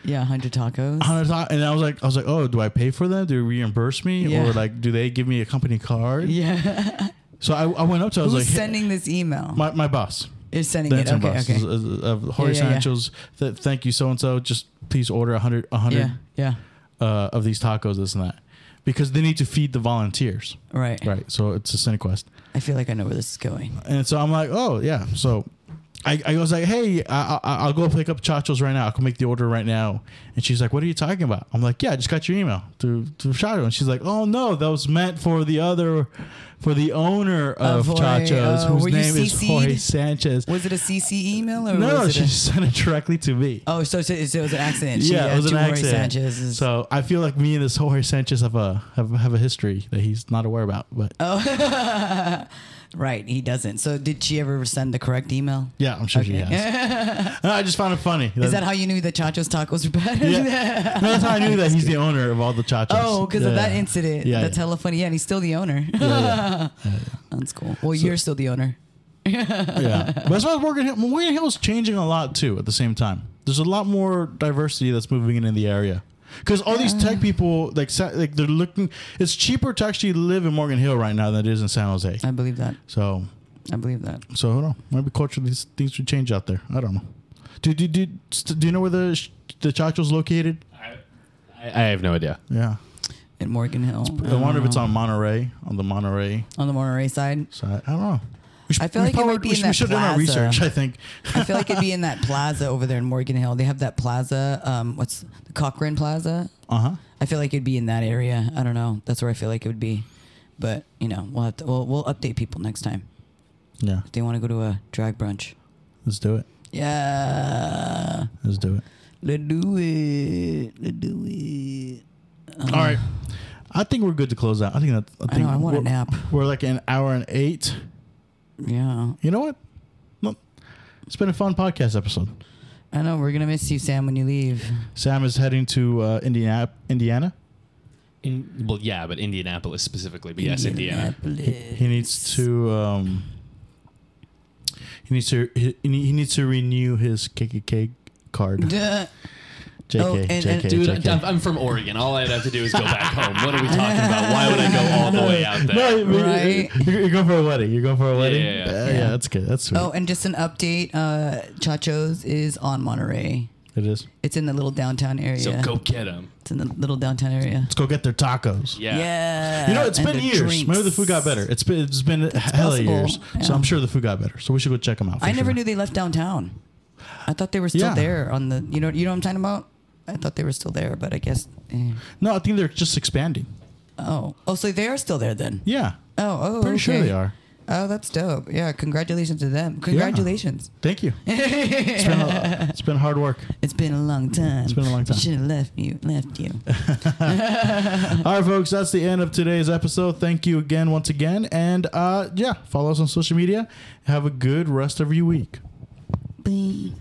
Yeah, 100 tacos. hundred thou- and I was like, I was like, oh, do I pay for them? Do they reimburse me, Yeah. or like, do they give me a company card? Yeah. So I, I went up to, her, I was Who's like, hey- sending this email? my my boss, Is sending the it. intern Okay, boss, okay. is- is- of Jorge yeah, yeah. Sanchez. Th- thank you, so and so. Just please order a hundred a Yeah, hundred yeah. uh, of these tacos, this and that, because they need to feed the volunteers. Right. Right. So it's a cinequest. I feel like I know where this is going. And so I'm like, oh yeah. So I, I was like, hey, I, I, I'll go pick up Chacho's right now. I can make the order right now. And she's like, what are you talking about? I'm like, yeah, I just got your email to to Chacho. And she's like, oh no, that was meant for the other, for the owner Of of, Jorge, Chacho's, uh, whose were you name is CC'd? Jorge Sanchez. Was it a CC email or No, was she it? A, sent it directly to me. oh, so, so, so it was an accident. She, yeah, it uh, was an to Jorge accident. Sanchez is- so I feel like me and this Jorge Sanchez have a have, have a history that he's not aware about. But Oh, Right, he doesn't. So did she ever send the correct email? yeah, I'm sure she Okay. has. And I just found it funny. Is that how you knew that Chacho's tacos were bad? Yeah. No, that's how I knew that he's the owner of all the chachas. oh, because Yeah. of that incident. Yeah, That's yeah. hella funny. Yeah, and he's still the owner. Yeah, That's cool. Well, you're still the owner. yeah. yeah. But as far as Morgan Hill, Morgan Hill's changing a lot too at the same time. There's a lot more diversity that's moving in in the area. Because all these tech people, like, sa- like they're looking, it's cheaper to actually live in Morgan Hill right now than it is in San Jose. I believe that. So, I believe that. so hold on. Maybe culturally these things would change out there. I don't know. Do, do, do, st- do you know where the, sh- the Chacho's located? I, I I have no idea. Yeah. In Morgan Hill. Ah. I wonder if it's on Monterey, on the Monterey on the Monterey side. side. I don't know. sh- I feel like it might be we in sh- that we should have done our plaza. research. I think. I feel like it'd be in that plaza over there in Morgan Hill. They have that plaza. Um, what's the Cochrane Plaza? Uh huh. I feel like it'd be in that area. I don't know. That's where I feel like it would be. But you know, we'll have to, we'll, we'll update people next time Yeah. if they want to go to a drag brunch. Let's do it. Yeah, Let's do it. let's do it. Let's do it. All right. I think we're good to close out. I think that. I, think I know. I want a we're- nap. We're like an hour and eight. Yeah, You know what? No. It's been a fun podcast episode. I know. We're gonna miss you, Sam, when you leave. Sam is heading to uh, Indiana. Indiana. In, well, yeah, but Indianapolis specifically. But yes, Indiana. Indianapolis. He needs to. Um, he needs to. He, he needs to renew his KKK card. JK. Duh. JK. Oh, and- and- Dude, JK. I'm, I'm from Oregon. All I'd have to do is go back home. What are we talking about? Why would I go all the way out No, there? you- Right. you- You're, going for a wedding. You're going for a wedding. yeah, yeah. Uh, Yeah. that's good. That's sweet. Oh, and just an update. Uh, Chacho's is on Monterey. It is. It's in the little downtown area. So go get them. It's in the little downtown area. Let's go get their tacos. Yeah. Yeah. You know, it's and been the years. drinks. Maybe the food got better. It's been it's been hella possible. years. So Yeah. I'm sure the food got better. So we should go check them out. for I never sure. knew they left downtown. I thought they were still Yeah. there on the. You know, you know what I'm talking about. I thought they were still there, but I guess. eh. No, I think they're just expanding. Oh, oh, so they are still there then. Yeah, Oh, oh, pretty sure okay. they are. Oh, that's dope. Yeah, congratulations to them. Congratulations. Thank you. It's been, a- it's been hard work. It's been a long time. It's been a long time. Should have left you. Left you. All right, folks, that's the end of today's episode. Thank you again, once again, and uh, yeah, follow us on social media. Have a good rest of your week. Bye.